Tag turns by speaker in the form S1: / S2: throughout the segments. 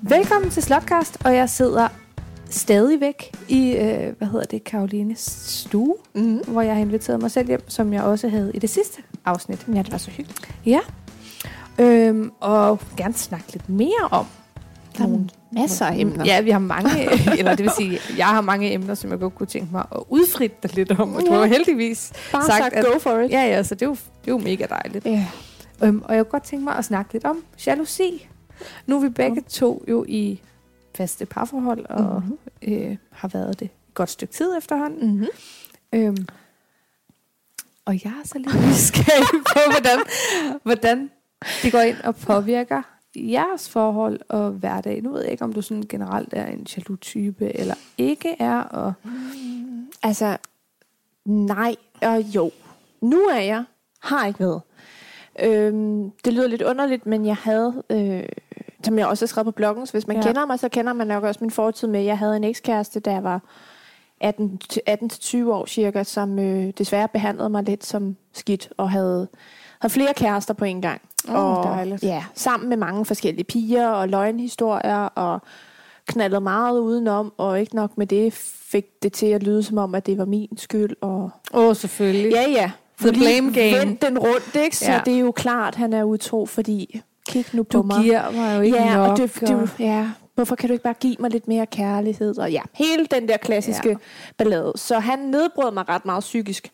S1: Velkommen til Slotcast, og jeg sidder stadigvæk i, øh, hvad hedder det, Karolines stue,
S2: Mm.
S1: hvor jeg har inviteret mig selv hjem, som jeg også havde i det sidste afsnit.
S2: Ja, det var så hyggeligt.
S1: Ja. Øhm, og gerne snakke lidt mere om
S2: Der er Mm-hmm. masser af emner.
S1: Ja, vi har mange, eller det vil sige, jeg har mange emner, som jeg godt kunne tænke mig at udfritte dig lidt om, og du
S2: Ja.
S1: har jo heldigvis
S2: Bare
S1: sagt,
S2: sagt,
S1: at-
S2: go for it.
S1: Ja, ja, så det er jo, det er jo mega dejligt.
S2: ja.
S1: Øhm, og jeg kunne godt tænke mig at snakke lidt om jalousi. Nu er vi begge to jo i faste parforhold, og
S2: Mhm.
S1: øh, har været det et godt stykke tid efterhånden.
S2: Mm-hmm.
S1: Øhm, og jeg er så lidt nysgerrig på, hvordan, hvordan det går ind og påvirker jeres forhold og hverdag. Nu ved jeg ikke, om du sådan generelt er en jaloux type, eller ikke er. Og,
S2: Altså, nej og jo. Nu er jeg. Har ikke været. Øhm, det lyder lidt underligt, men jeg havde, øh, som jeg også har skrevet på bloggen, så hvis man
S1: Ja.
S2: ja. kender mig, så kender man nok også min fortid med, jeg havde en ekskæreste, da jeg var 18 til- 18-20 år cirka, som øh, desværre behandlede mig lidt som skidt, og havde, havde flere kærester på en gang.
S1: Åh, dejligt.
S2: Ja, sammen med mange forskellige piger og løgnhistorier, og knaldede meget udenom, og ikke nok med det fik det til at lyde som om, at det var min skyld, og
S1: Åh, oh, selvfølgelig. Ja.
S2: Ja, ja.
S1: The
S2: Fordi
S1: blame game.
S2: Vend den rundt, ikke? Så
S1: Ja.
S2: ja. det er jo klart, han er utro, fordi kig nu på
S1: Du
S2: mig.
S1: giver mig jo ikke
S2: ja,
S1: nok.
S2: og det, det, ja, hvorfor kan du ikke bare give mig lidt mere kærlighed? Og ja, hele den der klassiske
S1: Ja.
S2: ja. ballade. Så han nedbrød mig ret meget psykisk.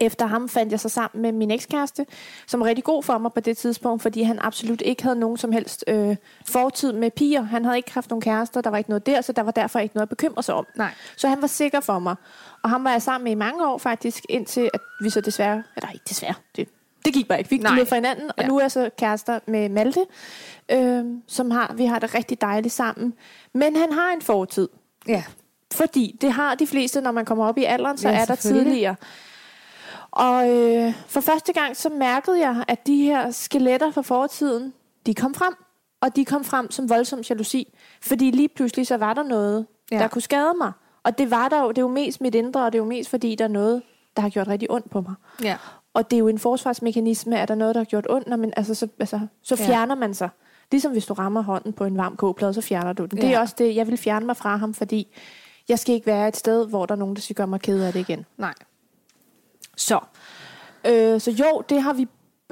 S2: Efter ham fandt jeg så sammen med min ekskæreste, som var rigtig god for mig på det tidspunkt, fordi han absolut ikke havde nogen som helst øh, fortid med piger. Han havde ikke haft nogen kærester, der var ikke noget der, så der var derfor ikke noget at bekymre sig om.
S1: Nej.
S2: Så han var sikker for mig. Og ham var jeg sammen med i mange år faktisk, indtil at vi så desværre... Eller ikke desværre, det, det gik bare ikke. Vi
S1: Nej.
S2: gik fra hinanden, og
S1: Ja.
S2: ja. nu er jeg så kærester med Malte, øh, som har, vi har det rigtig dejligt sammen. Men han har en fortid,
S1: Ja.
S2: fordi det har de fleste, når man kommer op i alderen, så
S1: Ja,
S2: ja, er der
S1: selvfølgelig.
S2: tidligere. Og øh, for første gang, så mærkede jeg, at de her skeletter fra fortiden, de kom frem. Og de kom frem som voldsom jalousi. Fordi lige pludselig, så var der noget,
S1: Ja.
S2: ja. der kunne skade mig. Og det var der jo, det er jo mest mit indre, og det er jo mest fordi, der er noget, der har gjort rigtig ondt på mig.
S1: ja.
S2: Og det er jo en forsvarsmekanisme, at der er noget, der har gjort ondt, når man, altså, så, altså, så
S1: Ja.
S2: fjerner ja. man sig. Ligesom hvis du rammer hånden på en varm kogeplade, så fjerner du den. Ja. Det
S1: Ja.
S2: er også det, jeg vil fjerne mig fra ham, fordi jeg skal ikke være et sted, hvor der er nogen, der skal gøre mig ked af det igen.
S1: Nej.
S2: Så, øh, så jo, det har vi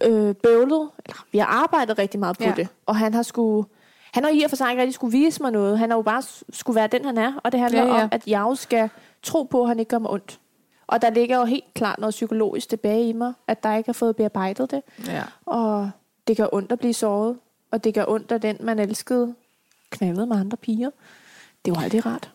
S2: øh, bøvlet. Eller, vi har arbejdet rigtig meget på
S1: Ja.
S2: ja. det. Og han har skulle... Han har i og for sig ikke rigtig skulle vise mig noget. Han har jo bare s- skulle være den, han er. Og det handler
S1: Ja,
S2: ja,
S1: ja.
S2: ja. om, at jeg jo skal tro på, at han ikke gør mig ondt. Og der ligger jo helt klart noget psykologisk tilbage i mig, at der ikke har fået bearbejdet det.
S1: Ja.
S2: Og det gør ondt at blive såret. Og det gør ondt, at den, man elskede, knaldede med andre piger. Det var aldrig rart.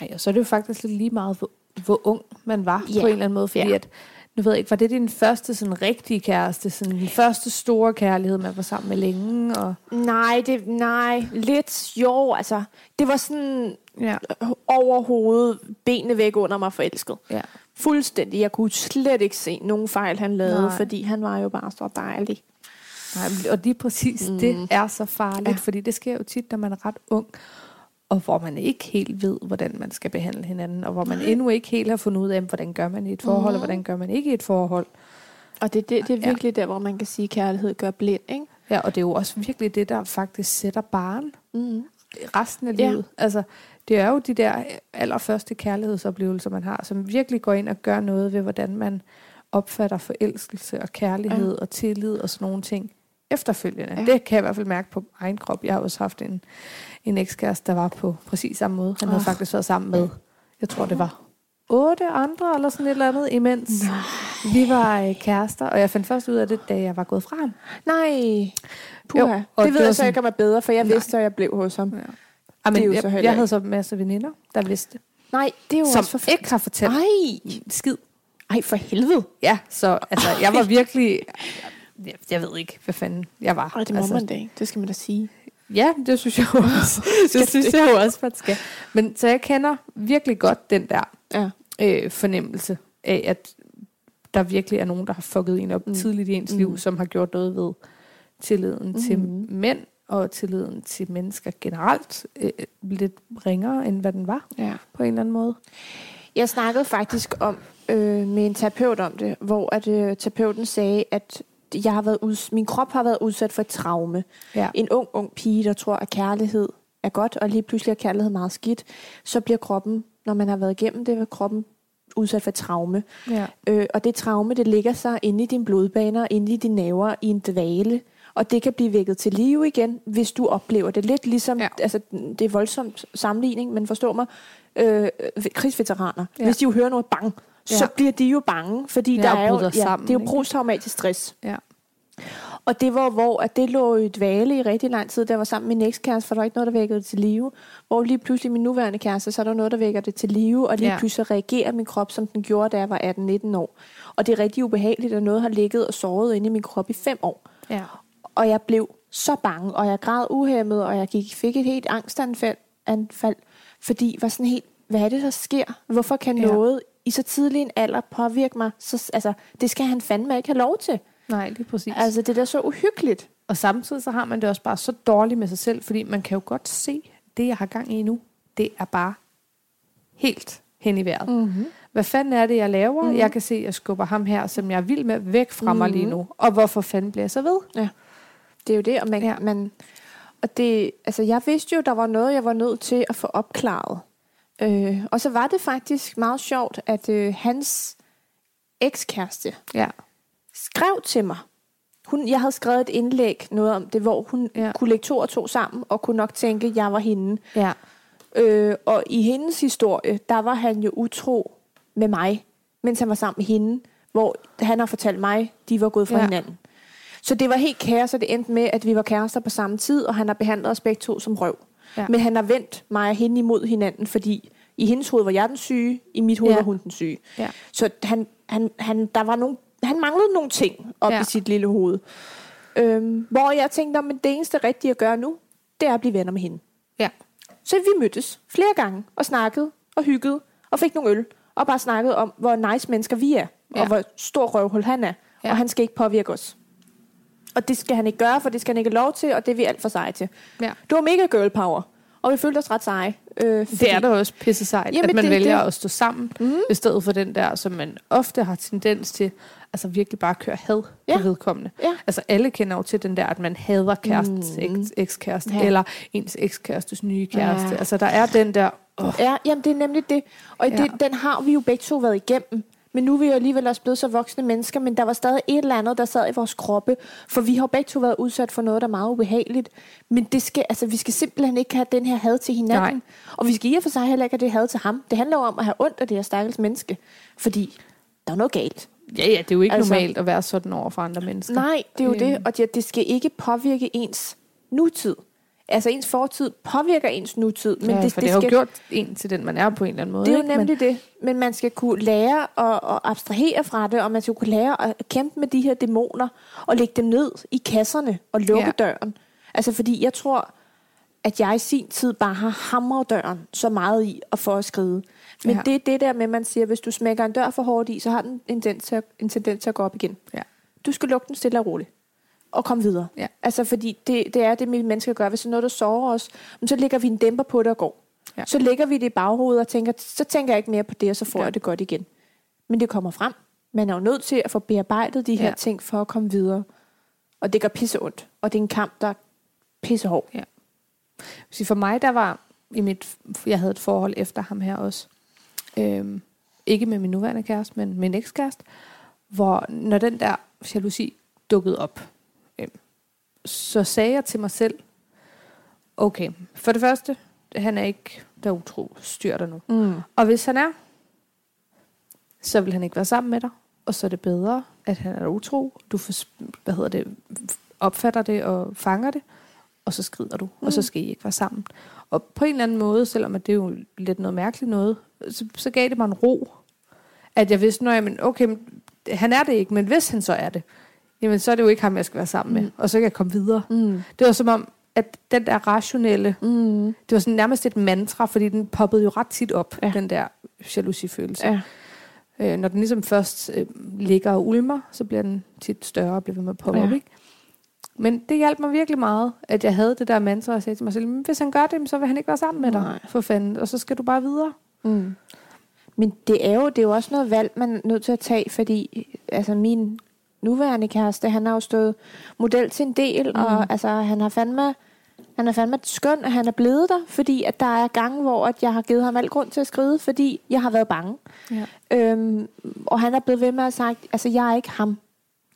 S1: Nej, og så er det jo faktisk lidt lige meget, hvor, hvor ung man var ja.
S2: Ja.
S1: på en eller anden måde. Fordi ja.
S2: Ja.
S1: at, nu ved jeg ikke, var det din første sådan rigtige kæreste? Sådan den første store kærlighed, man var sammen med længe? Og,
S2: Nej, det, nej, lidt, jo, altså, det var sådan
S1: ja.
S2: over hovedet, benene væk under mig forelsket.
S1: ja.
S2: Fuldstændig, jeg kunne slet ikke se nogen fejl, han lavede,
S1: Nej.
S2: nej. fordi han var jo bare så dejlig.
S1: Nej, men- og lige præcis mm. det er så farligt, ja.
S2: Ja.
S1: fordi det sker jo tit, når man er ret ung, og hvor man ikke helt ved, hvordan man skal behandle hinanden, og hvor man endnu ikke helt har fundet ud af, hvordan gør man i et forhold, mm. og hvordan gør man ikke i et forhold.
S2: Og det, det, det er virkelig ja. der, hvor man kan sige, at kærlighed gør blind, ikke?
S1: Ja, og det er jo også virkelig det, der faktisk sætter barn
S2: Mm.
S1: resten af
S2: Ja.
S1: livet. Altså, det er jo de der allerførste kærlighedsoplevelser, man har, som virkelig går ind og gør noget ved, hvordan man opfatter forelskelse og kærlighed ja. og tillid og sådan nogle ting efterfølgende. Ja.
S2: Ja.
S1: Det kan jeg i hvert fald mærke på egen krop. Jeg har også haft en, en ekskæreste, der var på præcis samme måde. Han oh. havde
S2: Åh.
S1: faktisk været sammen med, jeg tror det var otte andre eller sådan et eller andet, imens Nej. vi var øh, kærester. Og jeg fandt først ud af det, da jeg var gået fra ham.
S2: Nej,
S1: Jo,
S2: puha.
S1: og
S2: Jo, det ved
S1: det var
S2: jeg så
S1: sådan-
S2: ikke, om er bedre, for jeg
S1: Nej.
S2: vidste, at jeg blev hos ham.
S1: Ja. Amen,
S2: jo så
S1: Ah, jeg,
S2: heller
S1: jeg
S2: ikke-
S1: havde så en masse veninder, der vidste,
S2: Nej, det er jo også
S1: som
S2: for...
S1: ikke har fortalt
S2: Ej,
S1: skid.
S2: ej, for helvede.
S1: Ja, så altså, jeg var virkelig... Jeg, jeg ved ikke, hvad fanden jeg var.
S2: Ej, det
S1: altså,
S2: må altså, man da ikke. Det skal man da sige.
S1: Ja, det synes jeg jo også. det synes jeg jo også, man skal. Men så jeg kender virkelig godt den der
S2: Ja.
S1: øh, fornemmelse af, at der virkelig er nogen, der har fucket en op mm.
S2: Mm.
S1: tidligt i ens mm.
S2: Mm.
S1: liv, som har gjort noget ved tilliden mm. til
S2: Mhm.
S1: mænd og tilliden til mennesker generelt øh, lidt ringere, end hvad den var
S2: ja.
S1: på en eller anden måde.
S2: Jeg snakkede faktisk om øh, med en terapeut om det, hvor at øh, terapeuten sagde, at jeg har været uds- min krop har været udsat for et traume.
S1: Ja.
S2: En ung, ung pige, der tror, at kærlighed er godt, og lige pludselig er kærlighed meget skidt, så bliver kroppen, når man har været igennem det, vil kroppen udsat for traume.
S1: Ja.
S2: Øh, og det traume, det ligger sig inde i dine blodbaner, inde i dine naver, i en dvale. Og det kan blive vækket til live igen, hvis du oplever det. Lidt ligesom,
S1: Ja.
S2: ja. altså det er voldsomt sammenligning, men forstå mig, øh, krigsveteraner.
S1: Ja.
S2: Ja. Hvis de jo hører noget bang, ja.
S1: Ja.
S2: så bliver de jo bange, fordi
S1: Ja,
S2: ja, der
S1: og
S2: er jo,
S1: bryder sammen,
S2: det er jo
S1: ikke?
S2: posttraumatisk stress.
S1: Ja.
S2: Og det var, hvor at det lå i dvale i rigtig lang tid, der var sammen med min ekskæreste, for der var ikke noget, der vækkede det til live. Hvor lige pludselig min nuværende kæreste, så er der noget, der vækker det til live, og lige
S1: Ja.
S2: ja. pludselig reagerer min krop, som den gjorde, da jeg var 18-19 år. Og det er rigtig ubehageligt, at noget har ligget og såret inde i min krop i fem år.
S1: Ja.
S2: Og jeg blev så bange, og jeg græd uhæmmet, og jeg gik, fik et helt angstanfald, anfald, fordi var sådan helt, hvad er det, der sker? Hvorfor kan
S1: Ja.
S2: noget i så tidlig en alder påvirke mig? Så, altså, det skal han fandme ikke have lov til.
S1: Nej, lige præcis.
S2: Altså, det er da så uhyggeligt.
S1: Og samtidig så har man det også bare så dårligt med sig selv, fordi man kan jo godt se, det jeg har gang i nu, det er bare helt hen i vejret. Mm-hmm. Hvad fanden er det, jeg laver? Mm-hmm. Jeg kan se, at jeg skubber ham her, som jeg er vild med, væk fra mm-hmm. mig lige nu. Og hvorfor fanden bliver jeg så ved?
S2: Ja. Det er jo det, og man,
S1: Ja.
S2: ja. man og det, altså jeg vidste jo, der var noget, jeg var nødt til at få opklaret. Øh, og så var det faktisk meget sjovt, at øh, hans ekskæreste
S1: Ja.
S2: skrev til mig. Hun, jeg havde skrevet et indlæg, noget om det, hvor hun
S1: Ja.
S2: ja. kunne lægge to og to sammen, og kunne nok tænke, at jeg var hende.
S1: Ja.
S2: Øh, og i hendes historie, der var han jo utro med mig, mens han var sammen med hende, hvor han har fortalt mig, de var gået fra
S1: Ja.
S2: ja. hinanden. Så det var helt kaos, og det endte med, at vi var kærester på samme tid, og han har behandlet os begge to som røv.
S1: Ja.
S2: Ja. Men han har vendt mig og hende imod hinanden, fordi i hendes hoved var jeg den syge, i mit hoved
S1: Ja.
S2: ja. var hun den syge.
S1: Ja.
S2: Så han, han, han, der var nogle, han manglede nogle ting op
S1: Ja.
S2: ja. i sit lille hoved. Øhm, hvor jeg tænkte, at det eneste rigtige at gøre nu, det er at blive venner med hende.
S1: Ja.
S2: Så vi mødtes flere gange og snakkede og hyggede og fik nogle øl og bare snakkede om, hvor nice mennesker vi er, ja.
S1: Ja.
S2: og hvor stor røvhul han er,
S1: Ja.
S2: ja. og han skal ikke påvirke os. Og det skal han ikke gøre, for det skal han ikke have lov til, og det er vi alt for seje til.
S1: ja.
S2: Det var mega girl power, og vi følte os ret seje. Øh,
S1: Det er da også pisse sejt,
S2: Jamen,
S1: at man
S2: det-
S1: vælger
S2: det-
S1: at stå sammen, mm. i stedet for den der, som man ofte har tendens til, altså virkelig bare at køre had ja.
S2: Ja.
S1: på vedkommende.
S2: Ja.
S1: Altså alle kender jo til den der, at man hader kærestens mm. ekskæreste, ja.
S2: Ja.
S1: eller ens ekskærestes nye kæreste. Ja.
S2: Ja.
S1: Altså der er den der, åh,
S2: Ja, jamen det er nemlig det. Og
S1: Ja.
S2: ja. det, den har vi jo begge to været igennem. Men nu er vi jo alligevel også blevet så voksne mennesker, men der var stadig et eller andet, der sad i vores kroppe. For vi har jo begge to været udsat for noget, der er meget ubehageligt. Men det skal, altså, vi skal simpelthen ikke have den her had til hinanden. Nej. Og vi skal i og for sig heller ikke have det had til ham. Det handler jo om at have ondt af det her stakkels menneske. Fordi der er noget galt.
S1: ja ja, det er jo ikke altså,
S2: Altså-
S1: normalt at være sådan over for andre mennesker.
S2: Nej, det er jo
S1: Øhm.
S2: det. Og det, det skal ikke påvirke ens nutid. Altså ens fortid påvirker ens nutid. Men
S1: ja,
S2: det,
S1: for
S2: det,
S1: det, har
S2: skal,
S1: jo gjort en til den, man er på en eller anden måde.
S2: Det er jo
S1: ikke? Men-
S2: nemlig det. Men man skal kunne lære at, at abstrahere fra det, og man skal kunne lære at kæmpe med de her dæmoner, og lægge dem ned i kasserne, og lukke
S1: Ja.
S2: ja. døren. Altså fordi jeg tror, at jeg i sin tid bare har hamret døren så meget i at få at skride.
S1: Ja.
S2: Men ja. det er det der med, at man siger, at hvis du smækker en dør for hårdt i, så har den en tendens til at, en tendens til at gå op igen.
S1: Ja.
S2: Du skal lukke den stille og roligt. Og komme videre.
S1: Ja.
S2: Altså, fordi det, det er det, vi mennesker gør. Hvis der er noget, der sårer os, jamen, så lægger vi en dæmper på det og går.
S1: Ja.
S2: Ja. Så lægger vi det i baghovedet og tænker, så tænker jeg ikke mere på det, og så får
S1: Ja.
S2: ja. jeg det godt igen. Men det kommer frem. Man er jo nødt til at få bearbejdet de her
S1: Ja.
S2: ja. ting for at komme videre. Og det gør pisse ondt. Og det er en kamp, der er pissehård.
S1: Så for mig, der var i mit, jeg havde et forhold efter ham her også. Øhm, ikke med min nuværende kæreste, men min ekskæreste. Hvor når den der jalousi dukkede op, øhm, så sagde jeg til mig selv, okay, for det første, han er ikke der er utro, styr dig nu.
S2: Mm.
S1: Og hvis han er, så vil han ikke være sammen med dig. Og så er det bedre, at han er utro. Du for, hvad hedder det, opfatter det og fanger det. Og så skrider du. Mm. Og så skal I ikke være sammen. Og på en eller anden måde, selvom at det er jo lidt noget mærkeligt noget, så, så gav det mig en ro. At jeg vidste, at okay, men han er det ikke, men hvis han så er det, jamen så er det jo ikke ham, jeg skal være sammen med. Og så kan jeg komme videre.
S2: Mm.
S1: Det var som om, at den der rationelle,
S2: Mm.
S1: det var sådan nærmest et mantra, fordi den poppede jo ret tit op, ja.
S2: Ja.
S1: den der jalousifølelse.
S2: Ja.
S1: Ja. Øh, når den ligesom først øh, ligger og ulmer, så bliver den tit større og bliver ved med at poppe ja.
S2: Ja.
S1: op, ikke? Men det hjalp mig virkelig meget, at jeg havde det der mantra og sagde til mig selv, "Men hvis han gør det, jamen, så vil han ikke være sammen med dig, Nej.
S2: Nej.
S1: for fanden, og så skal du bare videre.
S2: Mm. Men det er, jo, det er jo også noget valg, man er nødt til at tage, fordi altså min nuværende kæreste, han har jo stået model til en del, mm. og altså, han har fandme Han er fandme skøn, at han er blevet der, fordi at der er gange, hvor at jeg har givet ham al grund til at skride, fordi jeg har været bange.
S1: Ja.
S2: Øhm, og han er blevet ved med at sige, altså jeg er ikke ham.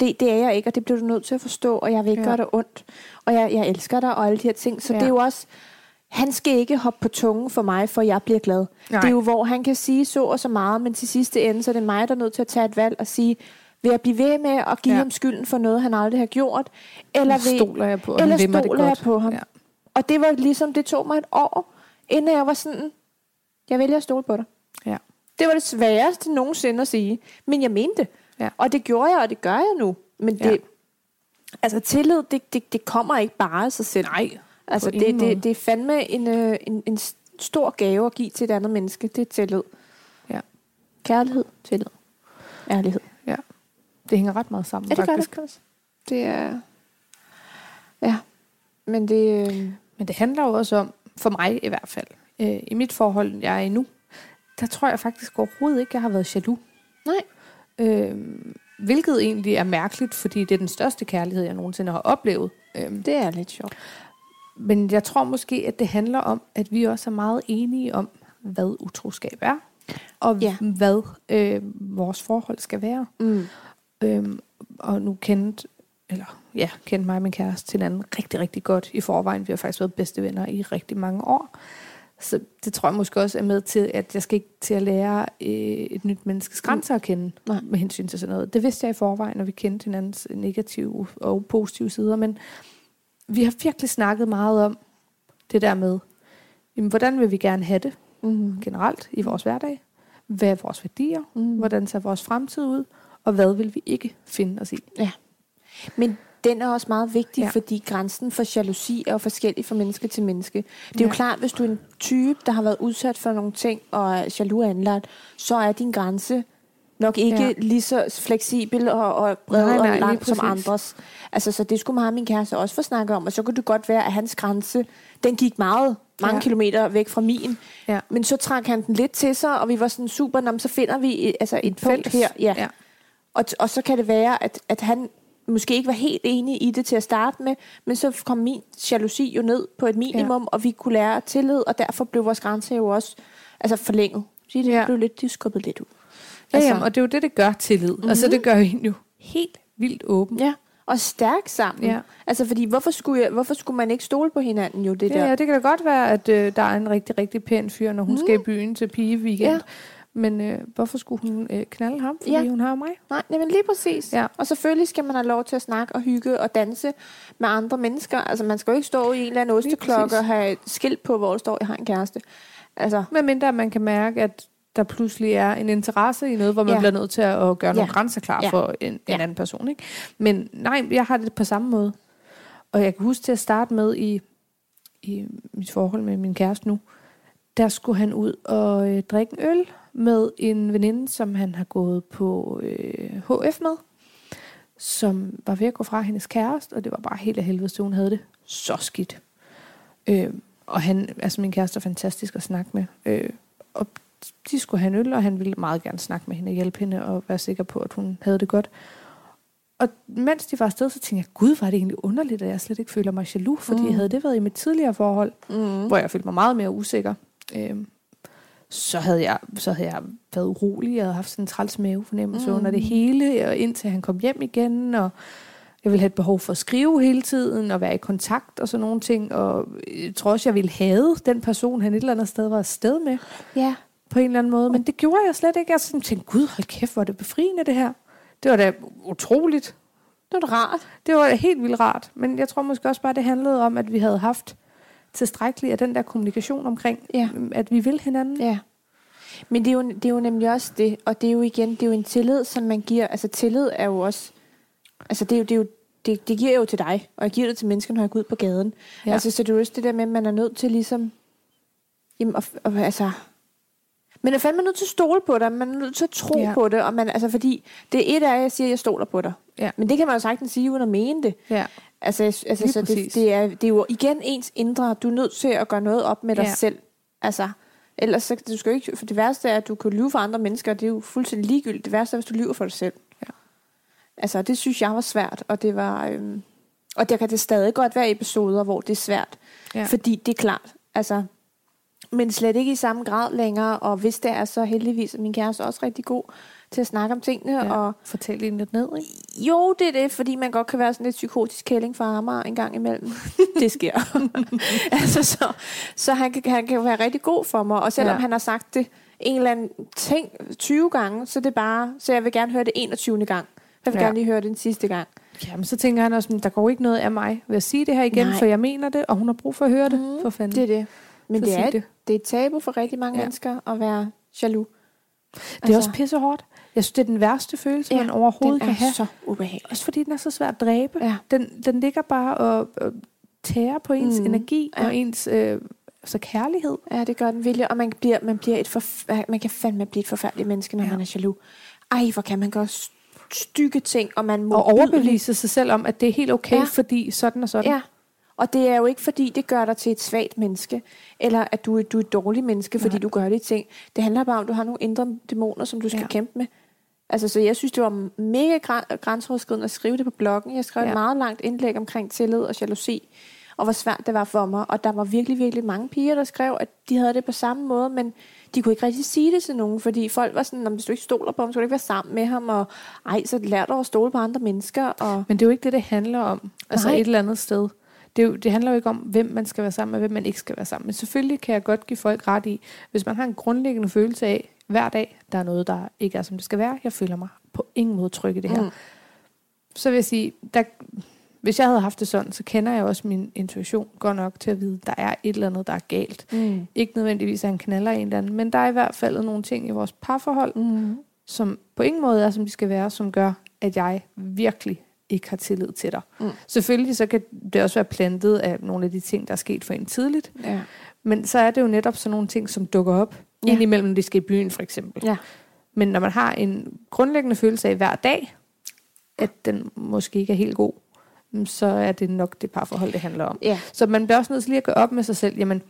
S2: Det, det er jeg ikke, og det bliver du nødt til at forstå, og jeg vil ikke
S1: Ja.
S2: ja. gøre dig ondt. Og jeg, jeg elsker dig, og alle de her ting. Så
S1: Ja.
S2: ja. det er jo også, han skal ikke hoppe på tungen for mig, for jeg bliver glad.
S1: Nej.
S2: Det er jo, hvor han kan sige så og så meget, men til sidste ende, så er det mig, der er nødt til at tage et valg og sige, vil jeg blive ved med at
S1: Ja.
S2: give ja. ham skylden for noget, han aldrig har gjort? Eller
S1: Eller
S2: vil,
S1: stoler jeg på,
S2: eller
S1: han limmer det
S2: stoler
S1: godt.
S2: jeg på ham?
S1: Ja.
S2: Og det var ligesom, det tog mig et år, inden jeg var sådan, jeg vælger at stole på dig.
S1: Ja.
S2: Det var det sværeste nogensinde at sige, men jeg mente det.
S1: Ja.
S2: Og det gjorde jeg, og det gør jeg nu. Men det,
S1: Ja.
S2: altså tillid, det, det, det kommer ikke bare af sig selv. Nej, altså,
S1: på ingen
S2: det,
S1: måde.
S2: det, det er fandme en, øh, en, en s- stor gave at give til et andet menneske. Det er tillid.
S1: Ja.
S2: Kærlighed, tillid, ærlighed.
S1: Det hænger ret meget sammen,
S2: Ja, det gør
S1: faktisk.
S2: det. Chris. Det er... Ja, men det... Øh,
S1: Men det handler jo også om, for mig i hvert fald, øh, i mit forhold, jeg er i nu, der tror jeg faktisk overhovedet ikke, jeg har været jaloux.
S2: Nej.
S1: Øh, hvilket egentlig er mærkeligt, fordi det er den største kærlighed, jeg nogensinde har oplevet. Øh,
S2: det er lidt sjovt.
S1: men jeg tror måske, at det handler om, at vi også er meget enige om, hvad utroskab er, og
S2: Ja.
S1: hvad øh, vores forhold skal være.
S2: Mm.
S1: Øhm, og nu kendte, eller ja, kendte mig og min kæreste til hinanden rigtig, rigtig godt i forvejen. Vi har faktisk været bedste venner i rigtig mange år. Så det tror jeg måske også er med til, at jeg skal ikke til at lære øh, et nyt menneskes grænser at kende
S2: Nej.
S1: med hensyn til sådan noget. Det vidste jeg i forvejen, og vi kendte hinandens negative og positive sider, men vi har virkelig snakket meget om det der med, jamen, hvordan vil vi gerne have det
S2: Mm.
S1: generelt i vores hverdag? Hvad er vores værdier?
S2: Mm.
S1: Hvordan ser vores fremtid ud? Og hvad vil vi ikke finde os i?
S2: Men den er også meget vigtig,
S1: Ja.
S2: ja. fordi grænsen for jalousi er jo forskellig fra menneske til menneske. Det er
S1: Ja.
S2: jo klart, hvis du er en type, der har været udsat for nogle ting og er jaloux anlagt, så er din grænse nok ikke
S1: Ja.
S2: ja. lige så fleksibel og, og bred
S1: Nej,
S2: nej,
S1: nej,
S2: nej,
S1: lige
S2: og lang som
S1: præcis.
S2: andres. Altså, så det skulle mig og min kæreste også få snakket om, og så kunne det godt være, at hans grænse, den gik meget, mange
S1: Ja.
S2: ja. kilometer væk fra min,
S1: Ja.
S2: men så trak han den lidt til sig, og vi var sådan super, "Nå, men så finder vi øh, altså et punkt
S1: Fælles.
S2: her. Ja.
S1: ja.
S2: Og, t- og så kan det være, at, at han måske ikke var helt enig i det til at starte med, men så kom min jalousi jo ned på et minimum, ja. og vi kunne lære tillid, og derfor blev vores grænse jo også altså forlænget. Så det
S1: Ja.
S2: ja. blev lidt, de skubbet lidt ud.
S1: Ja,
S2: Altså-
S1: jamen, og det er jo det, det gør tillid. Mm-hmm. Altså, det gør jo en jo helt vildt åben.
S2: Ja. Og stærk sammen.
S1: Ja.
S2: Altså, fordi hvorfor skulle, jeg, hvorfor skulle man ikke stole på hinanden jo, det
S1: Ja,
S2: der?
S1: ja, det kan da godt være, at øh, der er en rigtig, rigtig pæn fyr, når hun mm. skal i byen til pigeweekend. Ja.
S2: Ja.
S1: Men øh, hvorfor skulle hun øh, knalde ham, fordi ja.
S2: Ja.
S1: hun har jo mig?
S2: Nej, jamen lige præcis.
S1: Ja.
S2: Og selvfølgelig skal man have lov til at snakke og hygge og danse med andre mennesker. Altså, man skal jo ikke stå i en eller anden
S1: Lige præcis.
S2: osteklokke og have et skilt på, hvor der står, jeg har en kæreste. Altså,
S1: Hvad mindre man kan mærke, at der pludselig er en interesse i noget, hvor man ja.
S2: Ja.
S1: bliver nødt til at at gøre ja. nogle
S2: Ja.
S1: grænser klar ja.
S2: Ja.
S1: for en, en ja.
S2: Ja.
S1: anden person. Ikke? Men nej, jeg har det på samme måde. Og jeg kan huske til at starte med i, i mit forhold med min kæreste nu, der skulle han ud og øh, drikke en øl med en veninde, som han har gået på øh, HF med, som var ved at gå fra hendes kæreste, og det var bare helt af helvede, så hun havde det så skidt. Øh, og han, altså min kæreste er fantastisk at snakke med. Øh, og de skulle have en øl, og han ville meget gerne snakke med hende og hjælpe hende og være sikker på, at hun havde det godt. Og mens de var afsted, så tænkte jeg, gud, var det egentlig underligt, at jeg slet ikke føler mig jaloux, fordi mm. havde det været i mit tidligere forhold, mm. hvor jeg følte mig meget mere usikker, øh, så, havde jeg, så havde jeg været urolig, jeg havde haft sådan en træls mavefornemmelse mm. under det hele, og indtil han kom hjem igen, og jeg ville have et behov for at skrive hele tiden, og være i kontakt og sådan nogle ting, og jeg tror også, jeg ville have den person, han et eller andet sted var afsted med
S2: ja.
S1: på en eller anden måde, men det gjorde jeg slet ikke. Jeg sådan tænkte, gud, hold kæft, hvor er det befriende det her. Det var da utroligt.
S2: Det var da rart.
S1: Det var da helt vildt rart. Men jeg tror måske også bare, det handlede om, at vi havde haft tilstrækkeligt af den der kommunikation omkring,
S2: Ja.
S1: øhm, at vi vil hinanden.
S2: Ja. Men det er, jo, det er jo nemlig også det, og det er jo igen, det er jo en tillid, som man giver. Altså tillid er jo også, altså det, er jo, det, er jo, det, det giver jeg jo til dig, og jeg giver det til mennesker, når jeg går ud på gaden.
S1: Ja.
S2: Ja. Altså så det er jo også det der med, at man er nødt til ligesom, jamen og, og, altså, men er fandme nødt til at stole på dig, man er nødt til at tro
S1: Ja.
S2: ja. på det, og man, altså fordi, det er et af, at jeg siger, at jeg stoler på dig.
S1: Ja.
S2: Men det kan man jo sagtens sige, uden at mene det.
S1: Ja.
S2: Altså, jeg- altså
S1: Lige
S2: så
S1: præcis.
S2: det, det, er, det er jo igen ens indre. Du er nødt til at gøre noget op med dig
S1: Ja.
S2: ja. selv. Altså, ellers så, du skal jo ikke, for det værste er, at du kan lyve for andre mennesker, og det er jo fuldstændig ligegyldigt. Det værste er, hvis du lyver for dig selv.
S1: Ja.
S2: Altså, det synes jeg var svært, og det var... Øhm, Og der kan det stadig godt være episoder, hvor det er svært.
S1: Ja.
S2: Ja. Fordi det er klart, altså... Men slet ikke i samme grad længere, og hvis det er så heldigvis, at min kæreste er også rigtig god til at snakke om tingene, ja. og
S1: Fortæl lige lidt ned, ikke?
S2: jo, det er det, fordi man godt kan være sådan lidt psykotisk kælling fra Amager en gang imellem. det sker. altså, så så han, kan, han kan være rigtig god for mig, og selvom
S1: Ja.
S2: ja. han har sagt det en eller anden ting 20 gange, så det er bare, så jeg vil gerne høre det 21. gang. Jeg vil
S1: Ja.
S2: ja. gerne lige høre det den sidste gang.
S1: Jamen, så tænker han også, "Men der går ikke noget af mig ved at sige det her igen, Nej.
S2: Nej.
S1: for jeg mener det, og hun har brug for at høre det. Mm. For fanden.
S2: Det er det. Men
S1: Så
S2: det
S1: sig
S2: er,
S1: det.
S2: det. det er et tabu for rigtig mange
S1: Ja.
S2: ja. mennesker at være jaloux.
S1: det er også pissehårdt. Jeg synes, det er den værste følelse, ja, man overhovedet
S2: altså- den er
S1: kan have.
S2: så ubehagelig.
S1: Også fordi den er så svær at dræbe.
S2: Ja.
S1: Den, den ligger bare og, og tærer på ens mm.
S2: Mm.
S1: energi ja.
S2: Ja.
S1: og ens øh, så kærlighed.
S2: Ja, det gør den vilje, og man, bliver, man, bliver et forf- man kan fandme blive et forfærdeligt menneske, når
S1: Ja.
S2: ja. man er jaloux. Ej, hvor kan man gøre s- stykke ting, og man må...
S1: Og overbevise sig selv om, at det er helt okay, ja.
S2: Ja.
S1: fordi sådan og sådan.
S2: Ja, og det er jo ikke, fordi det gør dig til et svagt menneske, eller at du, er- du er et dårligt menneske, fordi
S1: Nej.
S2: Nej. du gør de ting. Det handler bare om, at du har nogle indre dæmoner, som du skal
S1: Ja.
S2: ja. kæmpe med. Altså, så jeg synes, det var mega gran- grænseoverskridende at skrive det på bloggen. Jeg skrev
S1: Ja.
S2: et meget langt indlæg omkring tillid og jalousi, og hvor svært det var for mig. Og der var virkelig, virkelig mange piger, der skrev, at de havde det på samme måde, men de kunne ikke rigtig sige det til nogen, fordi folk var sådan, "Nå, men hvis du ikke stoler på ham, så kan du ikke være sammen med ham, og ej, så lær dig at stole på andre mennesker. Og...
S1: Men det er jo ikke det, det handler om. Altså Nej.
S2: Nej.
S1: et eller andet sted. Det, er jo, det handler jo ikke om, hvem man skal være sammen med, hvem man ikke skal være sammen med. Selvfølgelig kan jeg godt give folk ret i, hvis man har en grundlæggende følelse af, hver dag, der er noget, der ikke er, som det skal være. Jeg føler mig på ingen måde tryg i det her. Mm.
S2: Mm.
S1: Så vil jeg sige, der, hvis jeg havde haft det sådan, så kender jeg også min intuition godt nok til at vide, der er et eller andet, der er galt.
S2: Mm.
S1: Ikke nødvendigvis, at han knaller en eller anden, men der er i hvert fald nogle ting i vores parforhold,
S2: Mm.
S1: som på ingen måde er, som de skal være, som gør, at jeg virkelig ikke har tillid til dig. Mm.
S2: Mm.
S1: Selvfølgelig så kan det også være plantet af nogle af de ting, der er sket for en tidligt,
S2: Ja.
S1: men så er det jo netop sådan nogle ting, som dukker op ja.
S2: Ja.
S1: indimellem, når de skal i byen for eksempel.
S2: ja.
S1: Men når man har en grundlæggende følelse af hver dag, at den måske ikke er helt god, mm, så er det nok det parforhold, det handler om.
S2: Ja.
S1: Så man bliver også nødt til lige at gøre op med sig selv, jamen,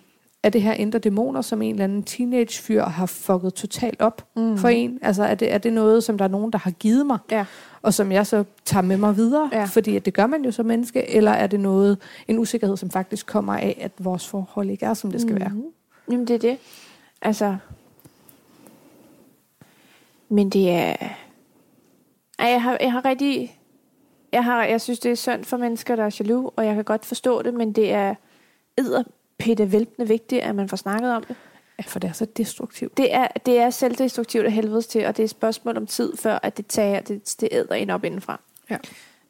S1: er det her indre dæmoner, som en eller anden teenage-fyr har fucket totalt op mm. for en? Altså, er det, er det noget, som der er nogen, der har givet mig,
S2: Ja.
S1: og som jeg så tager med mig videre?
S2: Ja.
S1: Fordi at det gør man jo som menneske. Eller er det noget, en usikkerhed, som faktisk kommer af, at vores forhold ikke er, som det skal mm. være?
S2: Jamen, det er det. Altså... Men det er... Ej, jeg har, jeg har rigtig... Jeg, har, jeg synes, det er synd for mennesker, der er jaloux, og jeg kan godt forstå det, men det er edderpitte væltende vigtigt, at man får snakket om det.
S1: Ja, for det er så destruktivt.
S2: Det er, det er selvdestruktivt af helvedes til, og det er et spørgsmål om tid, før at det tager, det, det æder en op indenfra.
S1: Ja.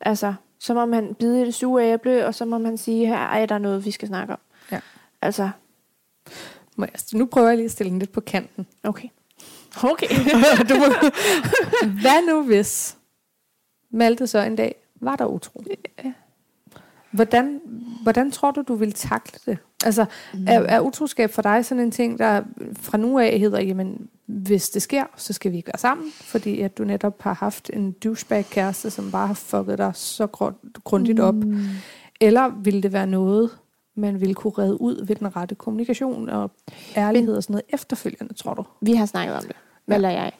S2: Altså, så må man bide i det sure æble, og så må man sige, her ej, der er noget, vi skal snakke om.
S1: Ja.
S2: Altså,
S1: Må jeg- Nu prøver jeg lige at stille den lidt på kanten.
S2: okay. Okay.
S1: du må... Hvad nu hvis Malte så en dag var der utro? Hvordan, hvordan tror du, du vil takle det? Altså, mm. er, er utroskab for dig sådan en ting, der fra nu af hedder, jamen, hvis det sker, så skal vi ikke være sammen, fordi at du netop har haft en douchebag-kæreste, som bare har fucket dig så grund- grundigt op? Mm. Eller vil det være noget, man ville kunne redde ud ved den rette kommunikation og ærlighed og sådan noget efterfølgende, tror du?
S2: Vi har snakket om det,
S1: Ja.
S2: ja. eller jeg.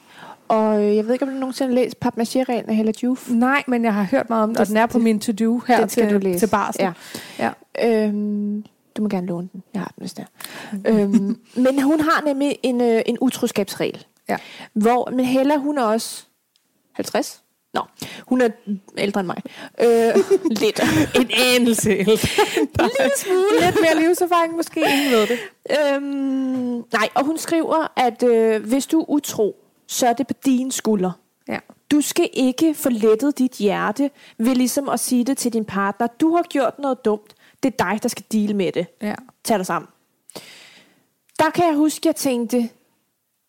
S2: Og øh, jeg ved ikke, om du nogensinde har læst Papmaché-reglen af Hella Juf.
S1: Nej, men jeg har hørt meget om den, og
S2: Det-
S1: den er på
S2: det-
S1: min to-do Mm, her
S2: den skal
S1: til,
S2: du læse.
S1: til barsen.
S2: Ja.
S1: Ja.
S2: Øhm, du må gerne låne den. Jeg har den, hvis det er. øhm, men hun har nemlig en, øh, en utroskabsregel.
S1: Ja.
S2: Hvor, men Hella, hun er også 50. Nå, hun er ældre end mig. Øh, lidt.
S1: En anelse Lidt mere livserfaring måske, ingen ved det.
S2: Øhm, nej, og hun skriver, at øh, hvis du er utro, så er det på dine skuldre.
S1: Ja.
S2: Du skal ikke få lettet dit hjerte ved ligesom at sige det til din partner. Du har gjort noget dumt. Det er dig, der skal dele med det.
S1: ja.
S2: Tag dig sammen. Der kan jeg huske, jeg tænkte,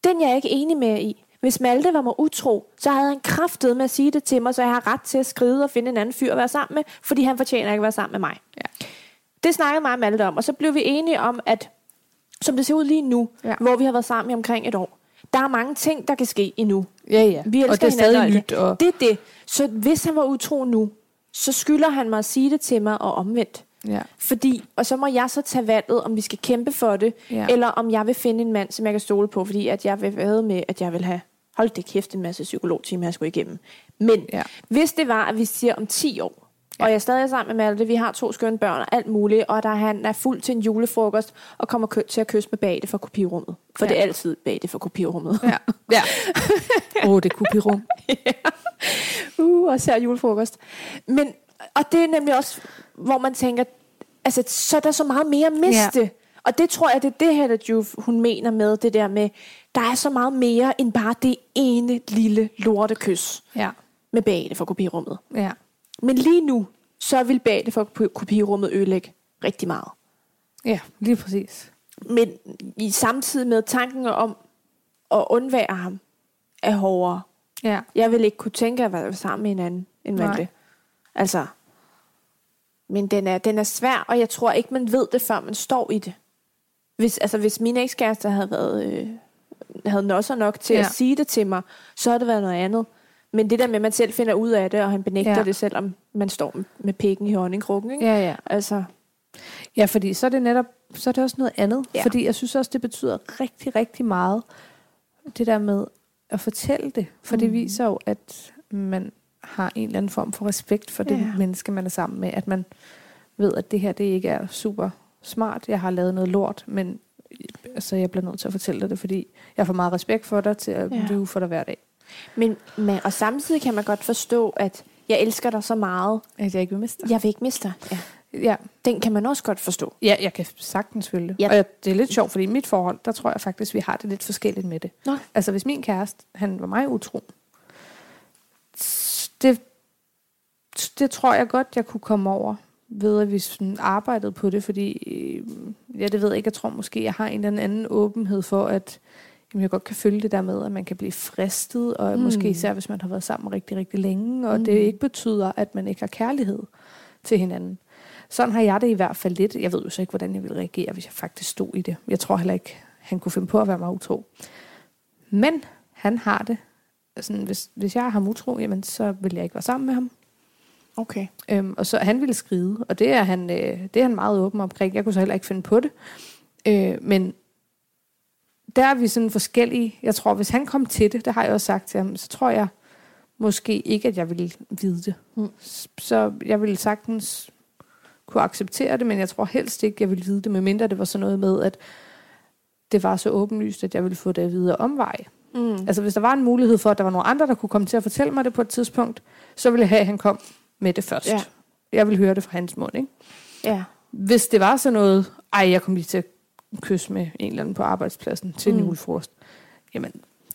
S2: den er jeg ikke enig med jer i. Hvis Malte var mig utro, så havde han kraftet med at sige det til mig, så jeg har ret til at skride og finde en anden fyr at være sammen med, fordi han fortjener ikke at være sammen med mig.
S1: Ja.
S2: Det snakkede mig og Malte om, og så blev vi enige om, at som det ser ud lige nu,
S1: Ja.
S2: ja. hvor vi har været sammen i omkring et år, der er mange ting, der kan ske endnu.
S1: Ja, ja.
S2: Vi elsker
S1: og det er
S2: hinanden,
S1: stadig
S2: alt
S1: nyt. Og...
S2: Det er det. Så hvis han var utro nu, så skylder han mig at sige det til mig og omvendt.
S1: Ja.
S2: Fordi, og så må jeg så tage valget, om vi skal kæmpe for det,
S1: Ja.
S2: ja. eller om jeg vil finde en mand, som jeg kan stole på, fordi at jeg vil være med, at jeg vil have, hold det kæft, en masse psykologtimer, jeg skulle igennem. Men
S1: Ja.
S2: ja. hvis det var, at vi siger om 10 år, Ja. Og jeg er stadig sammen med Malte. Vi har to skønne børn og alt muligt. Og der han er fuld til en julefrokost og kommer kø- til at kysse med Bate fra kopirummet. For
S1: Ja.
S2: ja. det er altid Bate fra kopirummet.
S1: Ja. ja. Åh, oh, det kunne blive rum.
S2: uh, og ser julefrokost. Men, og det er nemlig også, hvor man tænker, altså, så er der så meget mere at miste. Ja. Og det tror jeg, det er det her, at Juf, hun mener med det der med, der er så meget mere end bare det ene lille lorte kys
S1: Ja.
S2: med Bate fra kopirummet.
S1: Ja.
S2: Men lige nu, så vil Bate fra kopi- kopirummet ødelægge rigtig meget.
S1: Ja, lige præcis.
S2: Men i samtidig med tanken om at undvære ham er hårdere.
S1: Ja.
S2: Jeg vil ikke kunne tænke at være sammen med hinanden end
S1: Nej.
S2: Malte. Altså. Men den er, den er svær, og jeg tror ikke, man ved det, før man står i det. Hvis, altså, hvis min ekskæreste havde været øh, havde nosser nok til ja.
S1: Ja.
S2: at sige det til mig, så havde det været noget andet. Men det der med, at man selv finder ud af det, og han benægter
S1: Ja.
S2: ja. det, selvom man står med pikken i honningkrukken. Ikke?
S1: Ja, ja.
S2: Altså,
S1: Ja, fordi så er det netop, så er det også noget andet. Ja.
S2: Ja.
S1: Fordi jeg synes også, det betyder rigtig, rigtig meget, det der med at fortælle det. For mm. det
S2: Mhm.
S1: viser jo, at man har en eller anden form for respekt for det
S2: Ja.
S1: menneske, man er sammen med. At man ved, at det her, det ikke er super smart. Jeg har lavet noget lort, men så jeg bliver nødt til at fortælle dig det, fordi jeg får meget respekt for dig til at
S2: Ja.
S1: ja. lyve for dig hver dag.
S2: Men, men, og samtidig kan man godt forstå, at jeg elsker dig så meget.
S1: At jeg ikke vil miste dig.
S2: Jeg vil ikke miste dig. Ja.
S1: Ja,
S2: Den kan man også godt forstå.
S1: ja jeg kan sagtens følge det.
S2: Ja.
S1: Og jeg, det er lidt sjovt, fordi i mit forhold, der tror jeg faktisk, vi har det lidt forskelligt med det.
S2: Nå.
S1: Altså, hvis min kæreste, han var mig utro, s- det, det tror jeg godt, jeg kunne komme over, ved at vi sådan arbejdede på det, fordi, øh, ja, det ved jeg ikke, jeg tror måske, jeg har en eller anden åbenhed for, at jamen, jeg godt kan følge det der med, at man kan blive fristet, og mm.
S2: Mm.
S1: måske især, hvis man har været sammen rigtig, rigtig længe, og mm. det
S2: Mm.
S1: ikke betyder, at man ikke har kærlighed til hinanden. Sådan har jeg det i hvert fald lidt. Jeg ved jo så ikke, hvordan jeg ville reagere, hvis jeg faktisk stod i det. Jeg tror heller ikke, han kunne finde på at være mig utro. Men han har det. Sådan, hvis, hvis jeg har ham utro, jamen, så vil jeg ikke være sammen med ham.
S2: Okay.
S1: Øhm, og så han ville skride, og det er, han, øh, det er han meget åben omkring. Jeg kunne så heller ikke finde på det. Øh, men der er vi sådan forskellige. Jeg tror, hvis han kom til det, det har jeg også sagt til ham, så tror jeg måske ikke, at jeg ville vide det.
S2: Mm.
S1: S- Så jeg ville sagtens kunne acceptere det, men jeg tror helst ikke, jeg ville vide det, medmindre det var sådan noget med, at det var så åbenlyst, at jeg ville få det at vide omvej.
S2: Mm.
S1: Altså hvis der var en mulighed for, at der var nogle andre, der kunne komme til at fortælle mig det på et tidspunkt, så ville jeg have, at han kom med det først.
S2: Ja.
S1: Jeg ville høre det fra hans mund. Ikke?
S2: Ja.
S1: Hvis det var sådan noget, ej, jeg kom lige til at kysse med en eller anden på arbejdspladsen til mm. en
S2: Mm.
S1: julefrokost. Jamen,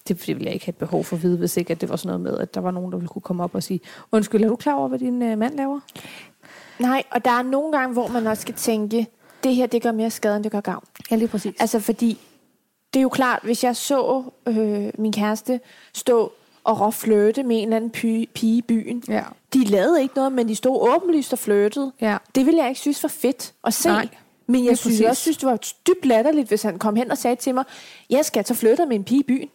S1: det, det ville jeg ikke have et behov for at vide, hvis ikke at det var sådan noget med, at der var nogen, der ville kunne komme op og sige, undskyld, er du klar over, hvad din øh, mand laver?
S2: Nej, og der er nogle gange, hvor man også skal tænke, det her det gør mere skade, end det gør gavn.
S1: Ja, lige præcis. Altså,
S2: Altså fordi, det er jo klart, hvis jeg så øh, min kæreste stå og råfløte med en eller anden py, pige i byen.
S1: ja.
S2: De lavede ikke noget, men de stod åbenlyst og fløtede.
S1: ja.
S2: Det ville jeg ikke synes var fedt at se.
S1: Nej,
S2: Nej. Men
S1: lige
S2: jeg synes
S1: præcis.
S2: jeg også, synes, det var dybt latterligt, hvis han kom hen og sagde til mig, jeg skal tage flytte med en pige i byen.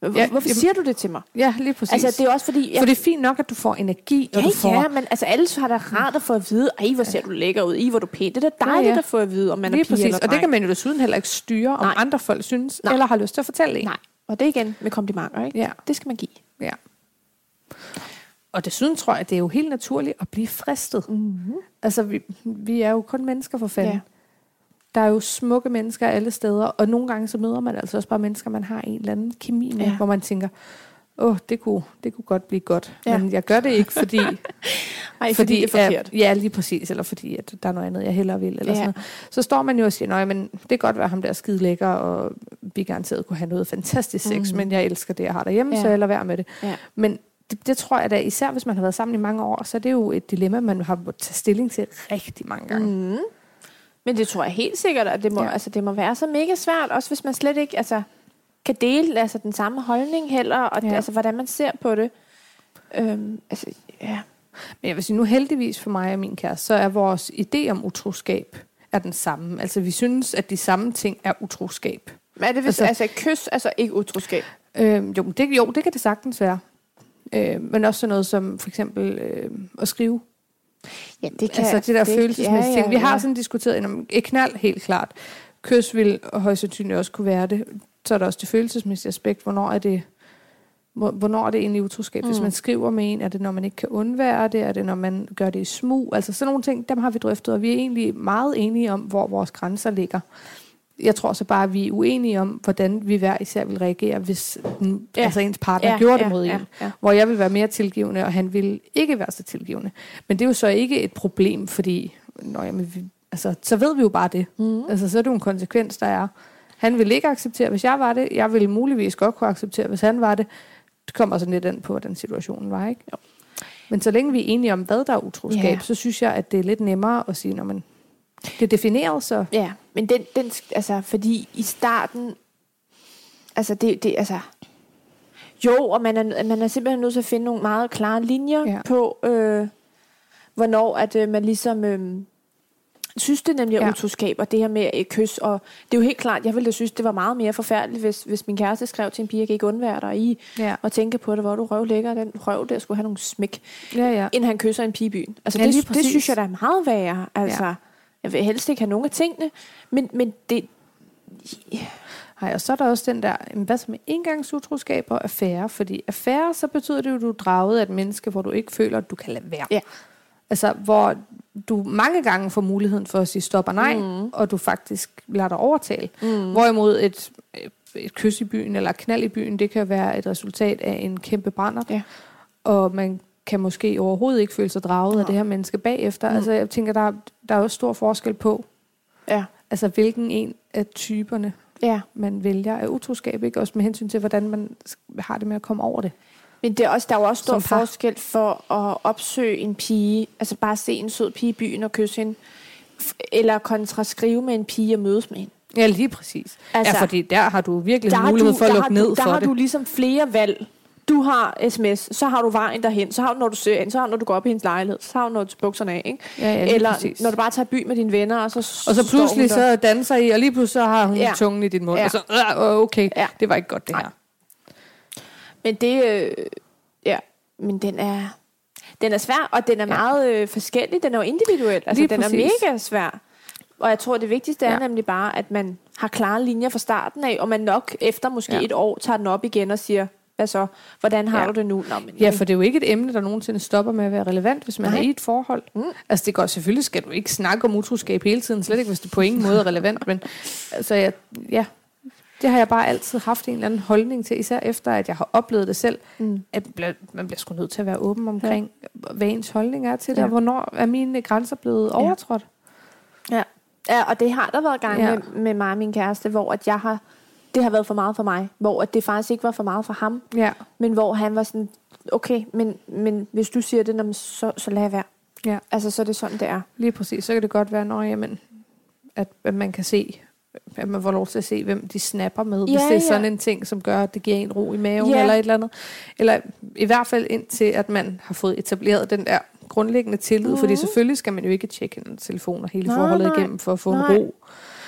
S2: Hvor,
S1: Ja,
S2: ja, hvorfor
S1: jamen-
S2: siger du det til mig?
S1: Ja, lige præcis.
S2: Altså, det er også fordi...
S1: For det er fint nok, at du får energi, og
S2: ja,
S1: du får...
S2: ja, men altså, alle har da rart at få at vide, ej, hvor ser du lækker ud, i hvor er du pæn. Det er da dejligt
S1: Ja, ja.
S2: at få at vide, om man
S1: Lige
S2: er pige
S1: præcis.
S2: eller
S1: Og det kan man jo desuden heller ikke styre, om
S2: Nej.
S1: andre folk synes,
S2: Nej.
S1: eller har lyst til at fortælle en.
S2: Nej, og det er igen med komplimenter, ikke?
S1: Ja.
S2: Det skal man give.
S1: Ja. Og desuden tror jeg, at det er jo helt naturligt at blive fristet.
S2: Mm-hmm.
S1: Altså, vi, vi er jo kun mennesker for fanden. Ja. Der
S2: Ja.
S1: er jo smukke mennesker alle steder, og nogle gange så møder man altså også bare mennesker, man har en eller anden kemi med, ja.
S2: Ja.
S1: hvor man tænker, åh, oh, det, kunne, det kunne godt blive godt, ja.
S2: Ja.
S1: men jeg gør det ikke, fordi...
S2: Ej, fordi, fordi det er forkert.
S1: At, ja, lige præcis, eller fordi at der er noget andet, jeg hellere vil, eller ja.
S2: Ja.
S1: sådan noget. Så står man jo og siger, nej, men det kan godt være, ham der er skide lækker, og vi garanteret kunne have noget fantastisk sex, mm.
S2: Mhm.
S1: men jeg elsker det, jeg har derhjemme, ja.
S2: Ja.
S1: så jeg lader være med det.
S2: Ja.
S1: Men det, det tror jeg da, især hvis man har været sammen i mange år, så er det jo et dilemma, man har måttet tage stilling til rigtig mange gange. Mm.
S2: Mm. Men det tror jeg helt sikkert, at det må,
S1: Ja.
S2: ja. altså, det må være så mega svært, også hvis man slet ikke altså, kan dele altså, den samme holdning heller, og
S1: Ja.
S2: ja. altså, hvordan man ser på det. Øhm, altså, ja.
S1: Men jeg vil sige, nu heldigvis for mig og min kæreste, så er vores idé om utroskab er den samme. Altså vi synes, at de samme ting er utroskab.
S2: Men er det
S1: hvis-
S2: hvis, altså, altså kys, altså ikke utroskab?
S1: Øh, jo, men det, jo, det kan det sagtens være. Øh, men også sådan noget som for eksempel øh, at skrive.
S2: Ja, det
S1: Kan, altså det der følelsesmæssige ting. Vi har sådan diskuteret, om et knald helt klart. Kys vil højst sandsynligt også kunne være det. Så er der også det følelsesmæssige aspekt. Hvornår er det hvor- hvornår er det egentlig utroskab? Mm. Hvis
S2: Mm.
S1: man skriver med en, er det, når man ikke kan undvære det? Er det, når man gør det i smug? Altså sådan nogle ting, dem har vi drøftet, og vi er egentlig meget enige om, hvor vores grænser ligger. Jeg tror så bare, at vi er uenige om, hvordan vi hver især vil reagere, hvis den, ja.
S2: Ja.
S1: altså ens partner ja, gjorde det mod ja, en.
S2: ja.
S1: Hvor jeg ville være mere tilgivende, og han ville ikke være så tilgivende. Men det er jo så ikke et problem, fordi nå, jamen, vi, altså, så ved vi jo bare det.
S2: Mm.
S1: Altså, så er det jo en konsekvens, der er. Han ville ikke acceptere, hvis jeg var det. Jeg ville muligvis godt kunne acceptere, hvis han var det. Det kommer sådan lidt an på, hvordan situationen var, ikke? Jo. Men så længe vi er enige om, hvad der er utroskab,
S2: Ja.
S1: så synes jeg, at det er lidt nemmere at sige, når man det er defineret, så
S2: Ja, men den, den, sk- altså, fordi i starten, altså det, det altså, jo, og man er, man er simpelthen nødt til at finde nogle meget klare linjer
S1: Ja.
S2: ja. på, øh, hvornår at øh, man ligesom øh, synes, det nemlig er
S1: Ja.
S2: ja. utroskab, og det her med øh, kys, og det er jo helt klart, jeg ville da synes, det var meget mere forfærdeligt, hvis, hvis min kæreste skrev til en pige, jeg kan ikke undvære dig i,
S1: ja.
S2: og tænke på det, hvor er du røv lækker, den røv der skulle have nogle smæk
S1: Ja, ja.
S2: end han kysser en pige i byen. Altså,
S1: Ja,
S2: ja,
S1: lige
S2: det, det
S1: præcis.
S2: synes jeg, der er meget værre. Altså, ja. Jeg vil helst ikke have nogen af tingene, men, men det...
S1: Ej, og så er der også den der, jamen, hvad så med engangsutroskab og affære? Fordi affære, så betyder det jo, at du er draget af et menneske, hvor du ikke føler, at du kan lade være.
S2: Ja.
S1: Altså, hvor du mange gange får muligheden for at sige stop og nej, mm. og du faktisk lader dig overtale. Mm. Hvorimod et, et kys i byen eller et knald i byen, det kan være et resultat af en kæmpe brænder.
S2: Ja.
S1: Og man kan måske overhovedet ikke føle sig draget af
S2: Nej.
S1: det her menneske bagefter. Mm. Altså, jeg tænker, der, er- der er også stor forskel på,
S2: Ja,
S1: altså, hvilken en af typerne
S2: ja.
S1: man vælger af utroskab, ikke? Også med hensyn til, hvordan man sk- har det med at komme over det.
S2: Men det er også, der er jo også stor
S1: Som par.
S2: forskel for at opsøge en pige, altså bare se en sød pige i byen og kysse hende, f- eller kontra skrive med en pige og mødes med hende.
S1: Ja, lige præcis. Altså, ja, fordi der har du virkelig
S2: har
S1: mulighed for at
S2: der
S1: lukke
S2: har du,
S1: ned
S2: der
S1: for
S2: har
S1: det.
S2: du ligesom flere valg. Du har sms, så har du vejen derhen, så har du, når du søger ind, så har du, når du går op i hendes lejlighed, så har du, når du tager bukserne af, ikke?
S1: ja, ja, lige
S2: Eller
S1: præcis.
S2: når du bare tager i by med dine venner, og så
S1: og så
S2: står hun
S1: pludselig
S2: der.
S1: så danser I, og lige pludselig så har hun ja.
S2: Ja.
S1: tungen i din mund. Ja.
S2: Ja.
S1: Og så, øh, okay, ja.
S2: Ja.
S1: det var ikke godt det
S2: Nej.
S1: her.
S2: Men det, øh, ja, men den er, den er svær, og den er
S1: Ja.
S2: ja. meget øh, forskellig. Den er jo individuel, altså
S1: Lige
S2: den
S1: præcis.
S2: er mega svær. Og jeg tror, det vigtigste er
S1: Ja.
S2: ja. nemlig bare, at man har klare linjer fra starten af, og man nok efter måske
S1: Ja.
S2: ja. et år tager den op igen og siger, hvad så, hvordan har
S1: Ja.
S2: ja. du det nu? Nå, men,
S1: Ja, for det er jo ikke et emne, der nogensinde stopper med at være relevant, hvis man Nej.
S2: Nej.
S1: er i et forhold. Mm. Altså, det går selvfølgelig, skal du ikke snakke om utroskab hele tiden, slet ikke, hvis det på ingen måde er relevant, men altså, jeg, ja, det har jeg bare altid haft en eller anden holdning til, især efter, at jeg har oplevet det selv, mm.
S2: Mm.
S1: at man bliver- man bliver sgu nødt til at være åben omkring, ja. hvad ens holdning er til det, ja. og hvornår er mine grænser blevet overtrådt.
S2: Ja. ja, og det har der været gange
S1: Ja.
S2: ja. med, med mig og min kæreste, hvor at jeg har, det har været for meget for mig, hvor at det faktisk ikke var for meget for ham,
S1: Ja,
S2: men hvor han var sådan, okay, men, men hvis du siger det, nå, men så, så lad være.
S1: ja,
S2: Altså, så er det sådan, det er.
S1: lige præcis. Så kan det godt være, når jamen, at, at man kan se at man får lov til at se, hvem de snapper med, ja, hvis
S2: Ja,
S1: det er
S2: ja.
S1: sådan en ting, som gør, at det giver en ro i maven ja.
S2: Ja.
S1: eller et eller andet. Eller i hvert fald indtil, at man har fået etableret den der grundlæggende tillid, mm. fordi selvfølgelig skal man jo ikke tjekke hendes telefoner hele
S2: Nej,
S1: forholdet
S2: nej.
S1: igennem for at få
S2: Nej.
S1: en ro.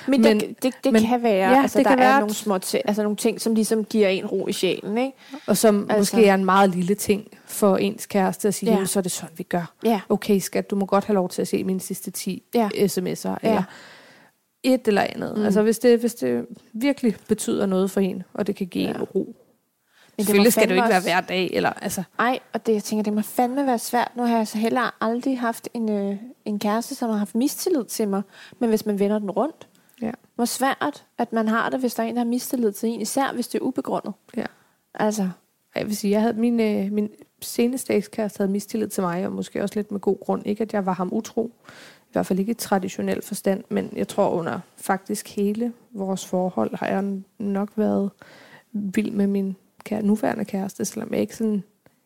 S2: Men,
S1: Men-
S2: men det, det, det
S1: men-
S2: men, kan være,
S1: ja,
S2: ja, altså,
S1: det
S2: der
S1: kan
S2: er
S1: være, at-
S2: nogle små ting, altså nogle ting, som ligesom giver en ro i sjælen, ikke?
S1: Og som altså.
S2: Altså.
S1: måske er en meget lille ting for ens kæreste at sige,
S2: Ja.
S1: ja. så er det sådan, vi gør.
S2: Ja,
S1: Okay skat, du må godt have lov til at se mine sidste 10 ja.
S2: Ja.
S1: sms'er, ja.
S2: ja,
S1: eller et eller andet. Mm.
S2: Mm.
S1: Altså hvis det, hvis det virkelig betyder noget for en, og det kan give ja.
S2: Ja.
S1: en ro.
S2: må
S1: Men selvfølgelig skal det jo
S2: fandme
S1: ikke være
S2: også-
S1: hver dag, eller altså...
S2: Ej, og det, jeg tænker, det må fandme være svært. Nu har jeg så heller aldrig haft en, øh, en kæreste, som har haft mistillid til mig. Men hvis man vender den rundt,
S1: Ja.
S2: hvor svært, at man har det, hvis der er en, der har mistillid til en, især hvis det er ubegrundet.
S1: Ja.
S2: Altså,
S1: Jeg vil sige, jeg havde min, øh, min seneste ekskæreste havde mistillid til mig, og måske også lidt med god grund. Ikke, at jeg var ham utro. I hvert fald ikke i traditionel forstand, men jeg tror under faktisk hele vores forhold, har jeg nok været vild med min kære, nuværende kæreste, selvom jeg ikke sådan...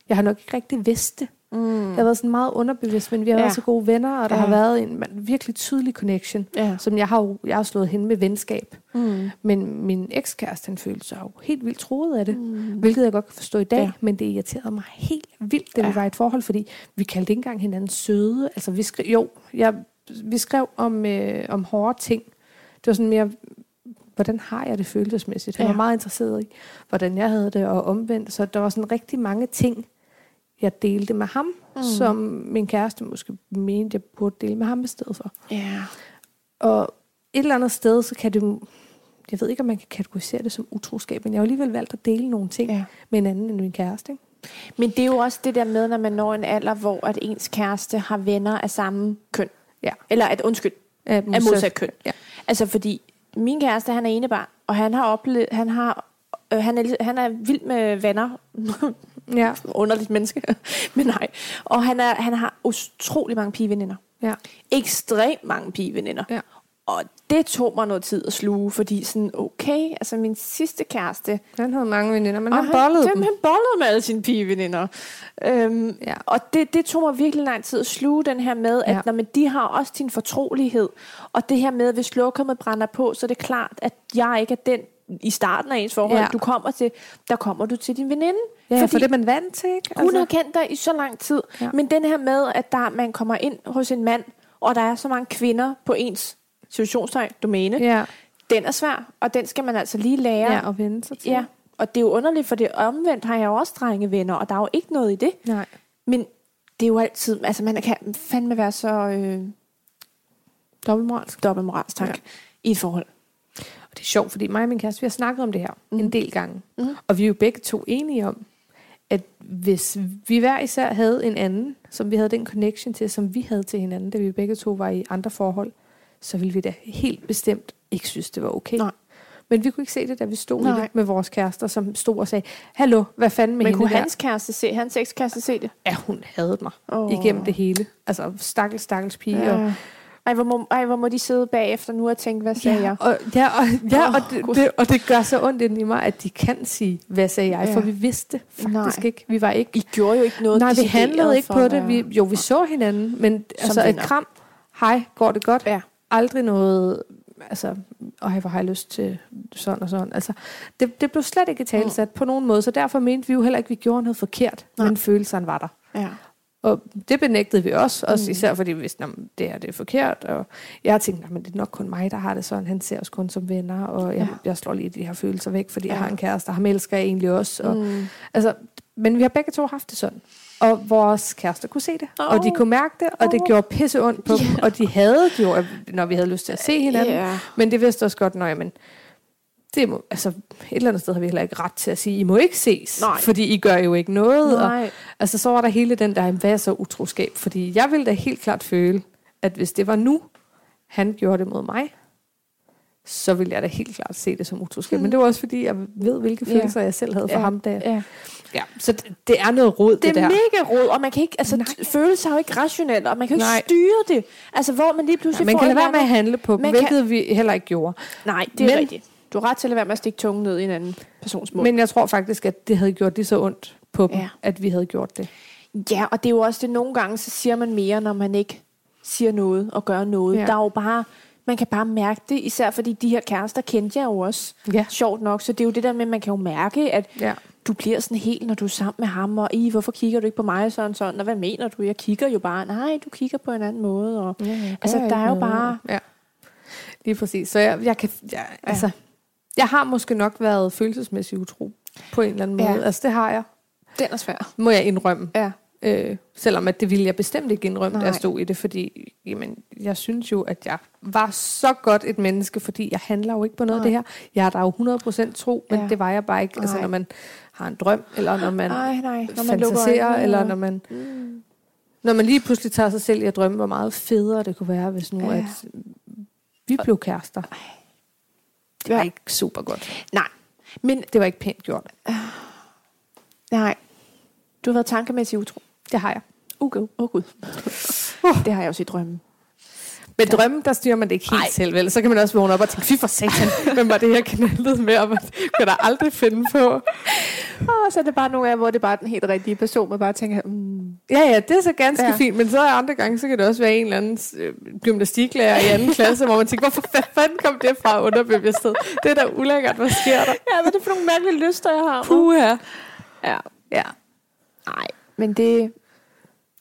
S1: Jeg har nok ikke rigtig vidst det.
S2: mm,
S1: Jeg har været sådan meget underbevidst, men vi har ja.
S2: Ja.
S1: været så gode venner, og der ja. har
S2: Ja.
S1: været en man- virkelig tydelig connection,
S2: ja.
S1: som jeg har, jo- jeg har slået hen med venskab.
S2: Mm.
S1: Men min ekskæreste, han følte sig jo helt vildt troet af det.
S2: Mm.
S1: Hvilket jeg godt kan forstå i dag, ja.
S2: Ja.
S1: men det irriterede mig helt vildt, da ja. vi
S2: Ja.
S1: var i et forhold, fordi vi kaldte ikke engang hinanden søde. Altså, vi skrev, jo, jeg, vi skrev om, øh, om hårde ting. Det var sådan mere, hvordan har jeg det følelsesmæssigt? Han ja.
S2: Ja.
S1: var meget interesseret i, hvordan jeg havde det, og omvendt. Så der var sådan rigtig mange ting, jeg delte med ham, mm. som min kæreste måske mente, jeg burde dele med ham i stedet for.
S2: Ja.
S1: Og et eller andet sted, så kan det jo- jeg ved ikke, om man kan kategorisere det som utroskab, men jeg har jo alligevel valgt at dele nogle ting
S2: Ja.
S1: ja. med en anden end min kæreste. Ikke?
S2: Men det er jo også det der med, når man når en alder, hvor at ens kæreste har venner af samme køn.
S1: Ja.
S2: Eller at, undskyld,
S1: Af
S2: af modsat køn.
S1: Ja.
S2: Altså fordi min kæreste, han er enebarn, og han har oplevet, han har øh, han, er, han er vild med venner.
S1: Ja.
S2: Underligt menneske. Men nej. Og han, er, han har utrolig mange pigeveninder.
S1: ja.
S2: Ekstremt mange pigeveninder.
S1: Ja.
S2: Og det tog mig noget tid at sluge, fordi sådan, okay, altså min sidste kæreste,
S1: Han havde mange veninder, men
S2: og
S1: han bollede
S2: han,
S1: dem.
S2: Han bollede med alle sine pigeveninder. Øhm, ja.
S1: Ja.
S2: Og det, det tog mig virkelig lang tid at sluge den her med, at ja.
S1: Ja.
S2: når, men de har også din fortrolighed. Og det her med, at hvis lokummet brænder på, så er det klart, at jeg ikke er den i starten af ens forhold, ja.
S1: Ja.
S2: du kommer til. Der kommer du til din veninde.
S1: Ja, fordi for det er man vant til, ikke?
S2: hun har kendt dig i så lang tid. Ja.
S1: Ja.
S2: Men den her med, at der, man kommer ind hos en mand, og der er så mange kvinder på ens situationstegn, domæne, ja.
S1: Altså, ja.
S2: den er svær, og den skal man altså lige lære
S1: ja, og vende sig til.
S2: Ja, og det er jo underligt, for det omvendt har jeg jo også drengevenner, og der er jo ikke noget i det.
S1: Nej.
S2: Men det er jo altid, altså man kan fandme være så øh,
S1: Dobbeltmoralsk.
S2: dobbeltmoralstank ja. i et forhold.
S1: Og det er sjovt, fordi mig og min kæreste, vi har snakket om det her mm.
S2: Mhm.
S1: en del gange. Mm. Og vi er jo begge to enige om, at hvis vi hver især havde en anden, som vi havde den connection til, som vi havde til hinanden, da vi begge to var i andre forhold, så ville vi da helt bestemt ikke synes, det var okay.
S2: Nej.
S1: Men vi kunne ikke se det, da vi stod
S2: Nej.
S1: i det med vores kærester, som stod og sagde, hallo, hvad fanden med
S2: Men
S1: hende
S2: kunne
S1: der?
S2: hans kæreste se, hans ekskæreste se det?
S1: Ja, hun havde mig
S2: Åh.
S1: oh. igennem det hele. Altså, stakkels, stakkels pige. Ja. Og
S2: Ej, hvor må, ej, hvor må de sidde bagefter nu og tænke, hvad sagde ja. jeg?
S1: Og, ja, og, ja oh,
S2: Åh,
S1: og,
S2: Gud.
S1: det, det, og det gør så ondt ind i mig, at de kan sige, hvad sagde jeg?
S2: Ja.
S1: Ja. For vi vidste det faktisk
S2: Nej.
S1: Nej. ikke. Vi var ikke...
S2: I gjorde jo ikke noget.
S1: Nej, vi
S2: decideret
S1: handlede ikke
S2: for
S1: på
S2: at være-
S1: det. Vi, jo, vi så hinanden, men altså et
S2: venner.
S1: kram. Hej, går det godt?
S2: Ja.
S1: Aldrig noget... Altså, og hvor har jeg lyst til sådan og sådan. Altså, det, det blev slet ikke talsat på nogen måde, så derfor mente vi jo heller ikke, at vi gjorde noget forkert,
S2: Nej.
S1: Nej. men følelsen var der.
S2: Ja.
S1: Og det benægtede vi også,
S2: Mm.
S1: også især fordi vi vidste, at det her det er forkert. Og jeg tænkte, at det er nok kun mig, der har det sådan. Han ser os kun som venner, og jeg,
S2: Ja.
S1: ja. jeg slår lige de her følelser væk, fordi
S2: Ja.
S1: jeg har en kæreste, og ham elsker jeg egentlig også. Og,
S2: Mm.
S1: altså, men vi har begge to haft det sådan. Og vores kærester kunne se det, oh. og de
S2: Åh.
S1: kunne mærke det, og det
S2: Åh.
S1: gjorde pisse ondt på yeah. dem. Og de havde det jo, når vi havde lyst til at se hinanden.
S2: Ja.
S1: Men det vidste også godt, når jamen, det må, altså, et eller andet sted har vi heller ikke ret til at sige, I må ikke ses,
S2: Nej.
S1: fordi I gør jo ikke noget. Og,
S2: Nej.
S1: Altså, så var der hele den der, "Jamen, hvad er så utroskab? Fordi jeg ville da helt klart føle, at hvis det var nu, han gjorde det mod mig, så ville jeg da helt klart se det som utroskab. Mm. Men det var også, fordi jeg ved, hvilke
S2: Hmm. Ja.
S1: følelser jeg selv havde for
S2: Ja.
S1: ham. Da.
S2: Ja.
S1: Ja. Så det, det er noget rod, det,
S2: det er
S1: der.
S2: mega rod, og man kan ikke, altså,
S1: Nej.
S2: t- følelser er jo ikke rationelt, og man kan jo ikke
S1: Nej.
S2: styre det. Altså, hvor man lige pludselig
S1: Ja, man
S2: får
S1: kan
S2: et
S1: lade være med
S2: eller
S1: at handle på dem,
S2: Man kan-
S1: hvilket kan... vi heller ikke gjorde.
S2: andet- Nej, det er
S1: Men-
S2: rigtigt. Du har ret til at lade være med at stikke tungen ned i en anden persons mund.
S1: Men jeg tror faktisk, at det havde gjort det så ondt på dem,
S2: Ja.
S1: ja. at vi havde gjort det.
S2: Ja, og det er jo også det, nogle gange så siger man mere, når man ikke siger noget og gør noget. Ja.
S1: Ja.
S2: Der er jo bare, man kan bare mærke det, især fordi de her kærester kendte jeg jo også.
S1: Ja.
S2: Sjovt nok, så det er jo det der med, at man kan jo mærke, at
S1: Ja.
S2: du bliver sådan helt, når du er sammen med ham, og i, hvorfor kigger du ikke på mig sådan sådan, og hvad mener du? Jeg kigger jo bare, nej, du kigger på en anden måde. Og,
S1: Ja,
S2: altså, der er jo bare,
S1: Ja. Lige præcis. Så jeg, jeg kan... Jeg, ja. altså, jeg har måske nok været følelsesmæssig utro på en eller anden
S2: Ja.
S1: måde. Ja. Altså, det har jeg.
S2: den er svær.
S1: Må jeg indrømme.
S2: Ja.
S1: Øh, selvom at det ville jeg bestemt ikke indrømme, da jeg
S2: Nej.
S1: stod i det, fordi jamen, jeg synes jo, at jeg var så godt et menneske, fordi jeg handler jo ikke på noget af det her. Jeg er der jo 100% tro, men
S2: Ja.
S1: ja. det var jeg bare ikke. Altså,
S2: Nej.
S1: når man har en drøm, eller når man
S2: Nej, nej, når man lukker
S1: fantaserer,
S2: øjnene,
S1: eller
S2: og-
S1: når man, mm. når man lige pludselig tager sig selv i at drømme, hvor meget federe det kunne være, hvis nu
S2: Ja.
S1: ja. at øh, vi blev kærester. Det var
S2: Ja.
S1: ikke super godt.
S2: Nej,
S1: Men det var ikke pænt gjort.
S2: nej. Du har været tankemæssig utro.
S1: Det har jeg.
S2: Okay. Åh oh, gud. Uh. Det har jeg også i drømmen.
S1: Med drømmen, der styrer man det ikke helt
S2: Ej.
S1: Ej. selv, vel? Så kan man også vågne op og tænke, fy for satan, hvem var det, jeg knaldede med, og hvad kunne der aldrig finde på?
S2: Og så er det bare nogle af, hvor det er bare den helt rigtige person, man bare tænker, mm,
S1: Ja, ja, det er så ganske
S2: Ja.
S1: ja. fint, men så andre gange, så kan det også være en eller anden øh, gymnastiklærer i anden klasse, hvor man tænker, hvorfor hvad fanden kom det fra underbevidsthed? Det er da ulækkert, hvad sker der?
S2: ja, hvad er det for nogle mærkelige lyster, jeg har?
S1: Puha.
S2: Ja.
S1: Ja.
S2: Nej, men det,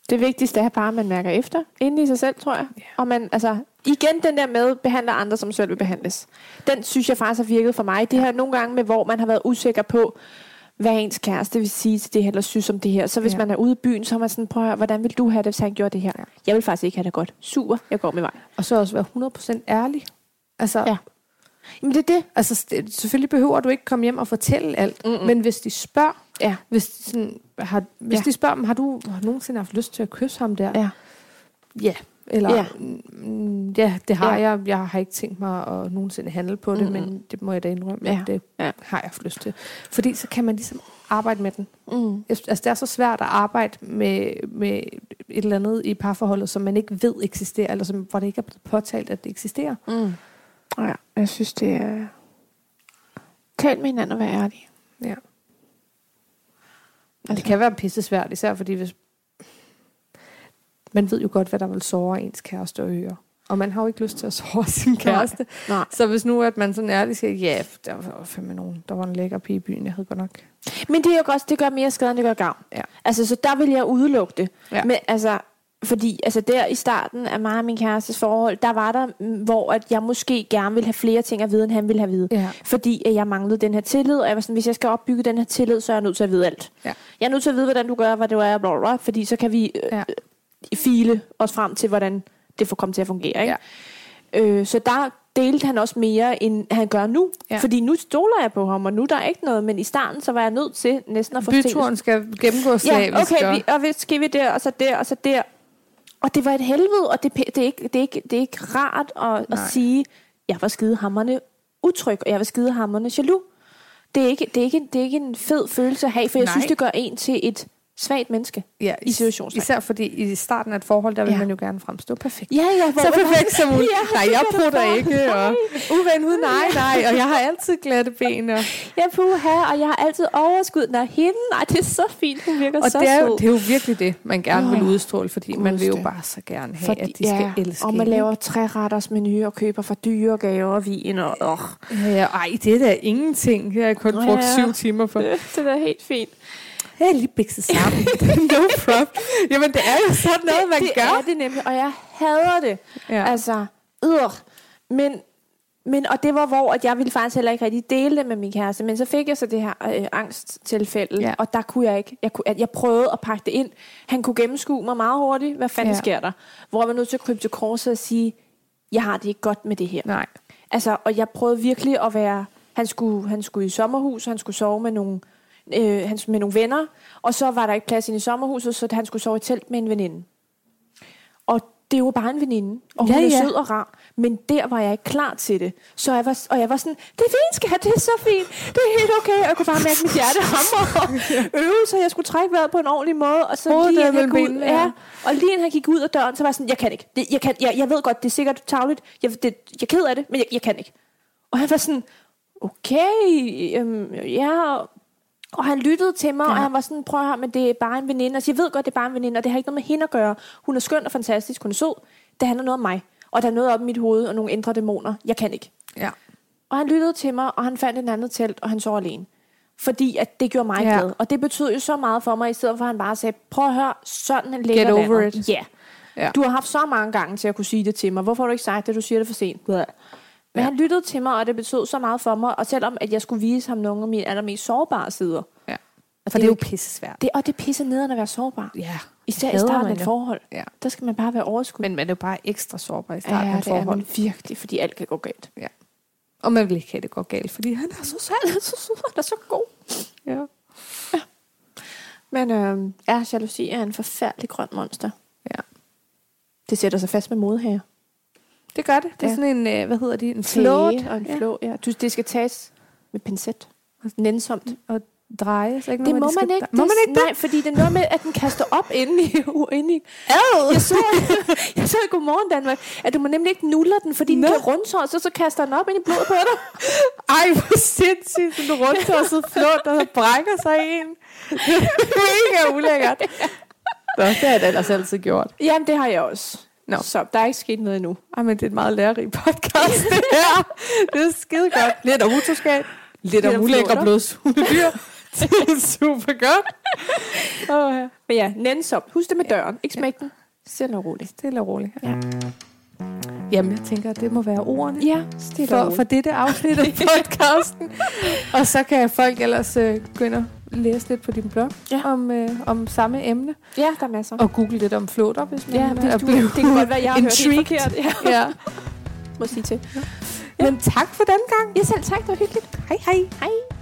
S2: det vigtigste er bare, at man mærker efter, inde i sig selv, tror jeg.
S1: Ja.
S2: Og man, altså, igen den der med, behandler andre, som selv vil behandles. Den synes jeg faktisk har virket for mig. Det her nogle gange med, hvor man har været usikker på, hvad ens kæreste vil sige til det her, eller synes om det her. Så hvis ja.
S1: Ja.
S2: man er ude i byen, så er man sådan, prøv at høre, hvordan vil du have det, hvis han gjorde det her? Ja.
S1: Ja.
S2: Jeg vil faktisk ikke have det godt. Super, jeg går med vej.
S1: Og så også være 100% ærlig. Altså,
S2: Ja.
S1: ja. Jamen det er det. Altså, s- det- selvfølgelig behøver du ikke komme hjem og fortælle alt,
S2: Mm-mm.
S1: mm-hmm. men hvis de spørger,
S2: Ja.
S1: hvis, de sådan, har, hvis
S2: Ja.
S1: ja. de spørger dem, har du nogensinde haft lyst til at kysse ham der?
S2: Ja.
S1: Ja. Eller,
S2: Ja.
S1: ja, mm, ja det har
S2: Ja.
S1: ja. jeg. Jeg har ikke tænkt mig at nogensinde handle på det,
S2: Mm-mm.
S1: mm-hmm. men det må jeg da indrømme,
S2: Ja.
S1: ja. at det
S2: Ja.
S1: ja. har jeg haft lyst til. Fordi så kan man ligesom arbejde med den.
S2: Mm.
S1: Jeg- Altså, det er så svært at arbejde med, med et eller andet i parforholdet, som man ikke ved eksisterer, eller som, hvor det ikke er blevet påtalt, at det eksisterer.
S2: Mm. Ja, jeg synes, det er... Tal med hinanden og vær ærlig. Altså,
S1: Ja. Og det kan være pissesvært, især fordi hvis... Man ved jo godt, hvad der vil såre ens kæreste og høre. Og man har jo ikke lyst til at såre sin kæreste. Nej.
S2: Nej.
S1: Så hvis nu, at man sådan ærligt siger, ja, der var fandme nogen, der var en lækker pige i byen, jeg hed godt nok.
S2: Men det, er jo også, det gør mere skade, end det gør gavn.
S1: Ja.
S2: Altså, så der vil jeg udelukke det.
S1: Ja.
S2: Men altså, fordi altså der i starten af mig og min kærestes forhold, der var der, mm, hvor at jeg måske gerne ville have flere ting at vide, end han ville have vide.
S1: Ja.
S2: Fordi at jeg manglede den her tillid, og jeg var sådan, hvis jeg skal opbygge den her tillid, så er jeg nødt til at vide alt.
S1: Ja.
S2: Jeg er nødt til at vide, hvordan du gør, hvad du er, bla, bla, bla, fordi så kan vi øh, ja.
S1: Ja.
S2: file os frem til, hvordan det får kommet til at fungere. Ikke? Ja. Øh, så der delte han også mere, end han gør nu. Ja.
S1: Ja.
S2: Fordi nu stoler jeg på ham, og nu er der ikke noget. Men i starten, så var jeg nødt til næsten at få
S1: Byturen skal gennemgås
S2: Ja,
S1: slavisk,
S2: okay,
S1: og-
S2: vi, og vi, skal vi der, og så der, og så der. Og det var et helvede, og det, p- det, er, ikke, det, er, ikke, det er ikke rart at, at
S1: Nej.
S2: sige, jeg var skidehammerne utryg, og jeg var skidehammerne jaloux. Det er, ikke, det, er ikke, det er ikke en fed følelse at have, for jeg Nej.
S1: Nej.
S2: synes, det gør en til et svagt menneske.
S1: ja,
S2: i situationstegn.
S1: Især fordi i starten af et forhold, der vil
S2: Ja.
S1: ja. man jo gerne fremstå perfekt.
S2: Ja, ja. Hvor,
S1: så perfekt som muligt.
S2: Ja,
S1: nej, jeg
S2: det er
S1: prutter
S2: det.
S1: ikke, og uven hud, nej, nej, og jeg har altid glatte ben. Og,
S2: Ja, puha, og jeg har altid overskud. Når hende, nej, det er så fint. Hun virker
S1: og
S2: så
S1: det, er jo,
S2: sød.
S1: det er jo virkelig det, man gerne vil
S2: Åh,
S1: udstråle, fordi man vil jo
S2: Gudste.
S1: bare så gerne have, at de skal elske
S2: Og man
S1: en,
S2: laver træretters menu og køber for dyre gaver og vin og... Oh.
S1: ikke? Ja, ej, det er da ingenting. Jeg har jeg kun
S2: Ja.
S1: brugt syv timer på.
S2: Det er da helt fint.
S1: Jeg er lige bikset sammen. no problem. Jamen, det er jo sådan noget, man
S2: det
S1: gør.
S2: er det nemlig, og jeg hader det. Ja.
S1: Ja.
S2: Altså, øh. Men, men, og det var, hvor at jeg ville faktisk heller ikke rigtig dele det med min kæreste, men så fik jeg så det her øh, angsttilfælde, ja.
S1: Ja.
S2: og der kunne jeg ikke. Jeg, kunne, jeg- jeg prøvede at pakke det ind. Han kunne gennemskue mig meget hurtigt. Hvad fanden ja.
S1: Ja.
S2: sker der? Hvor jeg var nødt til at krybe til korset og sige, jeg har det ikke godt med det her.
S1: Nej.
S2: Altså, og jeg prøvede virkelig at være... Han skulle, han skulle i sommerhus, han skulle sove med nogle, øh, han, med nogle venner, og så var der ikke plads inde i sommerhuset, så han skulle sove i telt med en veninde. Og det var bare en veninde, og hun
S1: Ja,
S2: ja, ja.
S1: ja.
S2: er sød og rar, men der var jeg ikke klar til det. Så jeg var, og jeg var sådan, det er fint, skat, det er så fint, det er helt okay. Og jeg kunne bare mærke mit hjerte hamre og øve, så jeg skulle trække vejret på en ordentlig måde. Og så
S1: Hovedet
S2: lige
S1: er
S2: inden han
S1: mellem
S2: gik ud,
S1: benene, ja.
S2: ja, og lige inden han gik ud af døren, så var jeg sådan, jeg kan ikke. Det, jeg, kan, jeg, jeg ved godt, det er sikkert tavligt. Jeg, det, jeg er ked af det, men jeg, jeg kan ikke. Og han var sådan, okay, øhm, ja. Og han lyttede til mig, ja. og
S1: Ja.
S2: han var sådan, prøv at høre, men det er bare en veninde. Altså, jeg ved godt, det er bare en veninde, og det har ikke noget med hende at gøre. Hun er skøn og fantastisk, hun er sød. Det handler noget om mig. Og der er noget op i mit hoved og nogle indre dæmoner. Jeg kan ikke.
S1: Ja.
S2: Og han lyttede til mig, og han fandt en anden telt, og han sov alene. Fordi at det gjorde mig ja.
S1: Ja.
S2: glad. Og det betød jo så meget for mig, i stedet for at han bare sagde, prøv at høre, sådan ligger
S1: Get over
S2: vandet."
S1: it.
S2: Ja.
S1: Ja.
S2: Du har haft så mange gange til at kunne sige det til mig. Hvorfor har du ikke sagt det? Du siger det for sent. Blah. Men ja.
S1: Ja.
S2: han lyttede til mig, og det betød så meget for mig. Og selvom at jeg skulle vise ham nogle af mine allermest sårbare sider.
S1: ja.
S2: Og
S1: For det
S2: det er
S1: er
S2: jo
S1: jo pissesvært.
S2: Det, og det pisser nederen at være sårbar.
S1: Ja.
S2: Især i
S1: hader
S2: starten
S1: man
S2: af et
S1: jo.
S2: forhold.
S1: ja.
S2: Der skal man bare være overskud.
S1: Men man er jo bare ekstra sårbar i starten
S2: ja,
S1: af et
S2: det er
S1: forhold.
S2: man virkelig, fordi alt kan gå galt.
S1: Og man vil ikke have, at det går galt, fordi han er så sød.
S2: Han er så sød, han er så god.
S1: Ja.
S2: Men øh, ja, jalousi er en forfærdelig grøn monster.
S1: Ja.
S2: Det sætter sig fast med modhager.
S1: Det gør det. Det er
S2: Ja.
S1: ja. sådan en, øh, hvad hedder de, en flåt.
S2: og en
S1: Ja.
S2: flå, ja. Du, det skal tages med pincet. Nænsomt. Det
S1: Dreje. Så ikke
S2: må
S1: noget med,
S2: man
S1: at de skal
S2: ikke.
S1: dre- Må man ikke det?
S2: Nej, fordi det er noget med, at den kaster op inde i... Inde i. Jeg så, jeg så i Godmorgen Danmark, at du må nemlig ikke nuller den, fordi den
S1: Nå.
S2: kan rundtås, og så kaster den op ind i blodet på dig.
S1: Ej, hvor sindssygt. Sådan en rundtosset flåt, der brækker sig i en. Mega ulækkert. Nå, det har jeg da ellers altid gjort.
S2: Jamen, det har jeg også.
S1: Nå.
S2: Så der er ikke sket noget endnu.
S1: Ej, men det er en meget lærerig podcast, det her. Det er skide godt. Lidt om utroskab. Lidt
S2: Lidt
S1: om
S2: om
S1: ulækre
S2: flåter.
S1: blodsugende dyr. Det er super godt. Åh, ja.
S2: Men ja, nænsomt. Husk det med døren. Ikke smæk den. Stille og roligt.
S1: Stille og roligt.
S2: Ja.
S1: Jamen, jeg tænker, at det må være ordene.
S2: Ja, stille og
S1: for,
S2: roligt.
S1: for dette afsnit af podcasten. og så kan folk ellers øh, gå ind og læse lidt på din blog
S2: Ja.
S1: om, øh, om samme emne.
S2: Ja, der er masser.
S1: Og google lidt om flåter, hvis man
S2: Ja,
S1: øh,
S2: hvis du, det kan godt være, jeg har hørt helt
S1: intrigued.
S2: forkert. Ja,
S1: ja.
S2: må jeg sige til. Men tak for den gang.
S1: Ja, selv tak. Det var hyggeligt.
S2: Hej hej.
S1: Hej.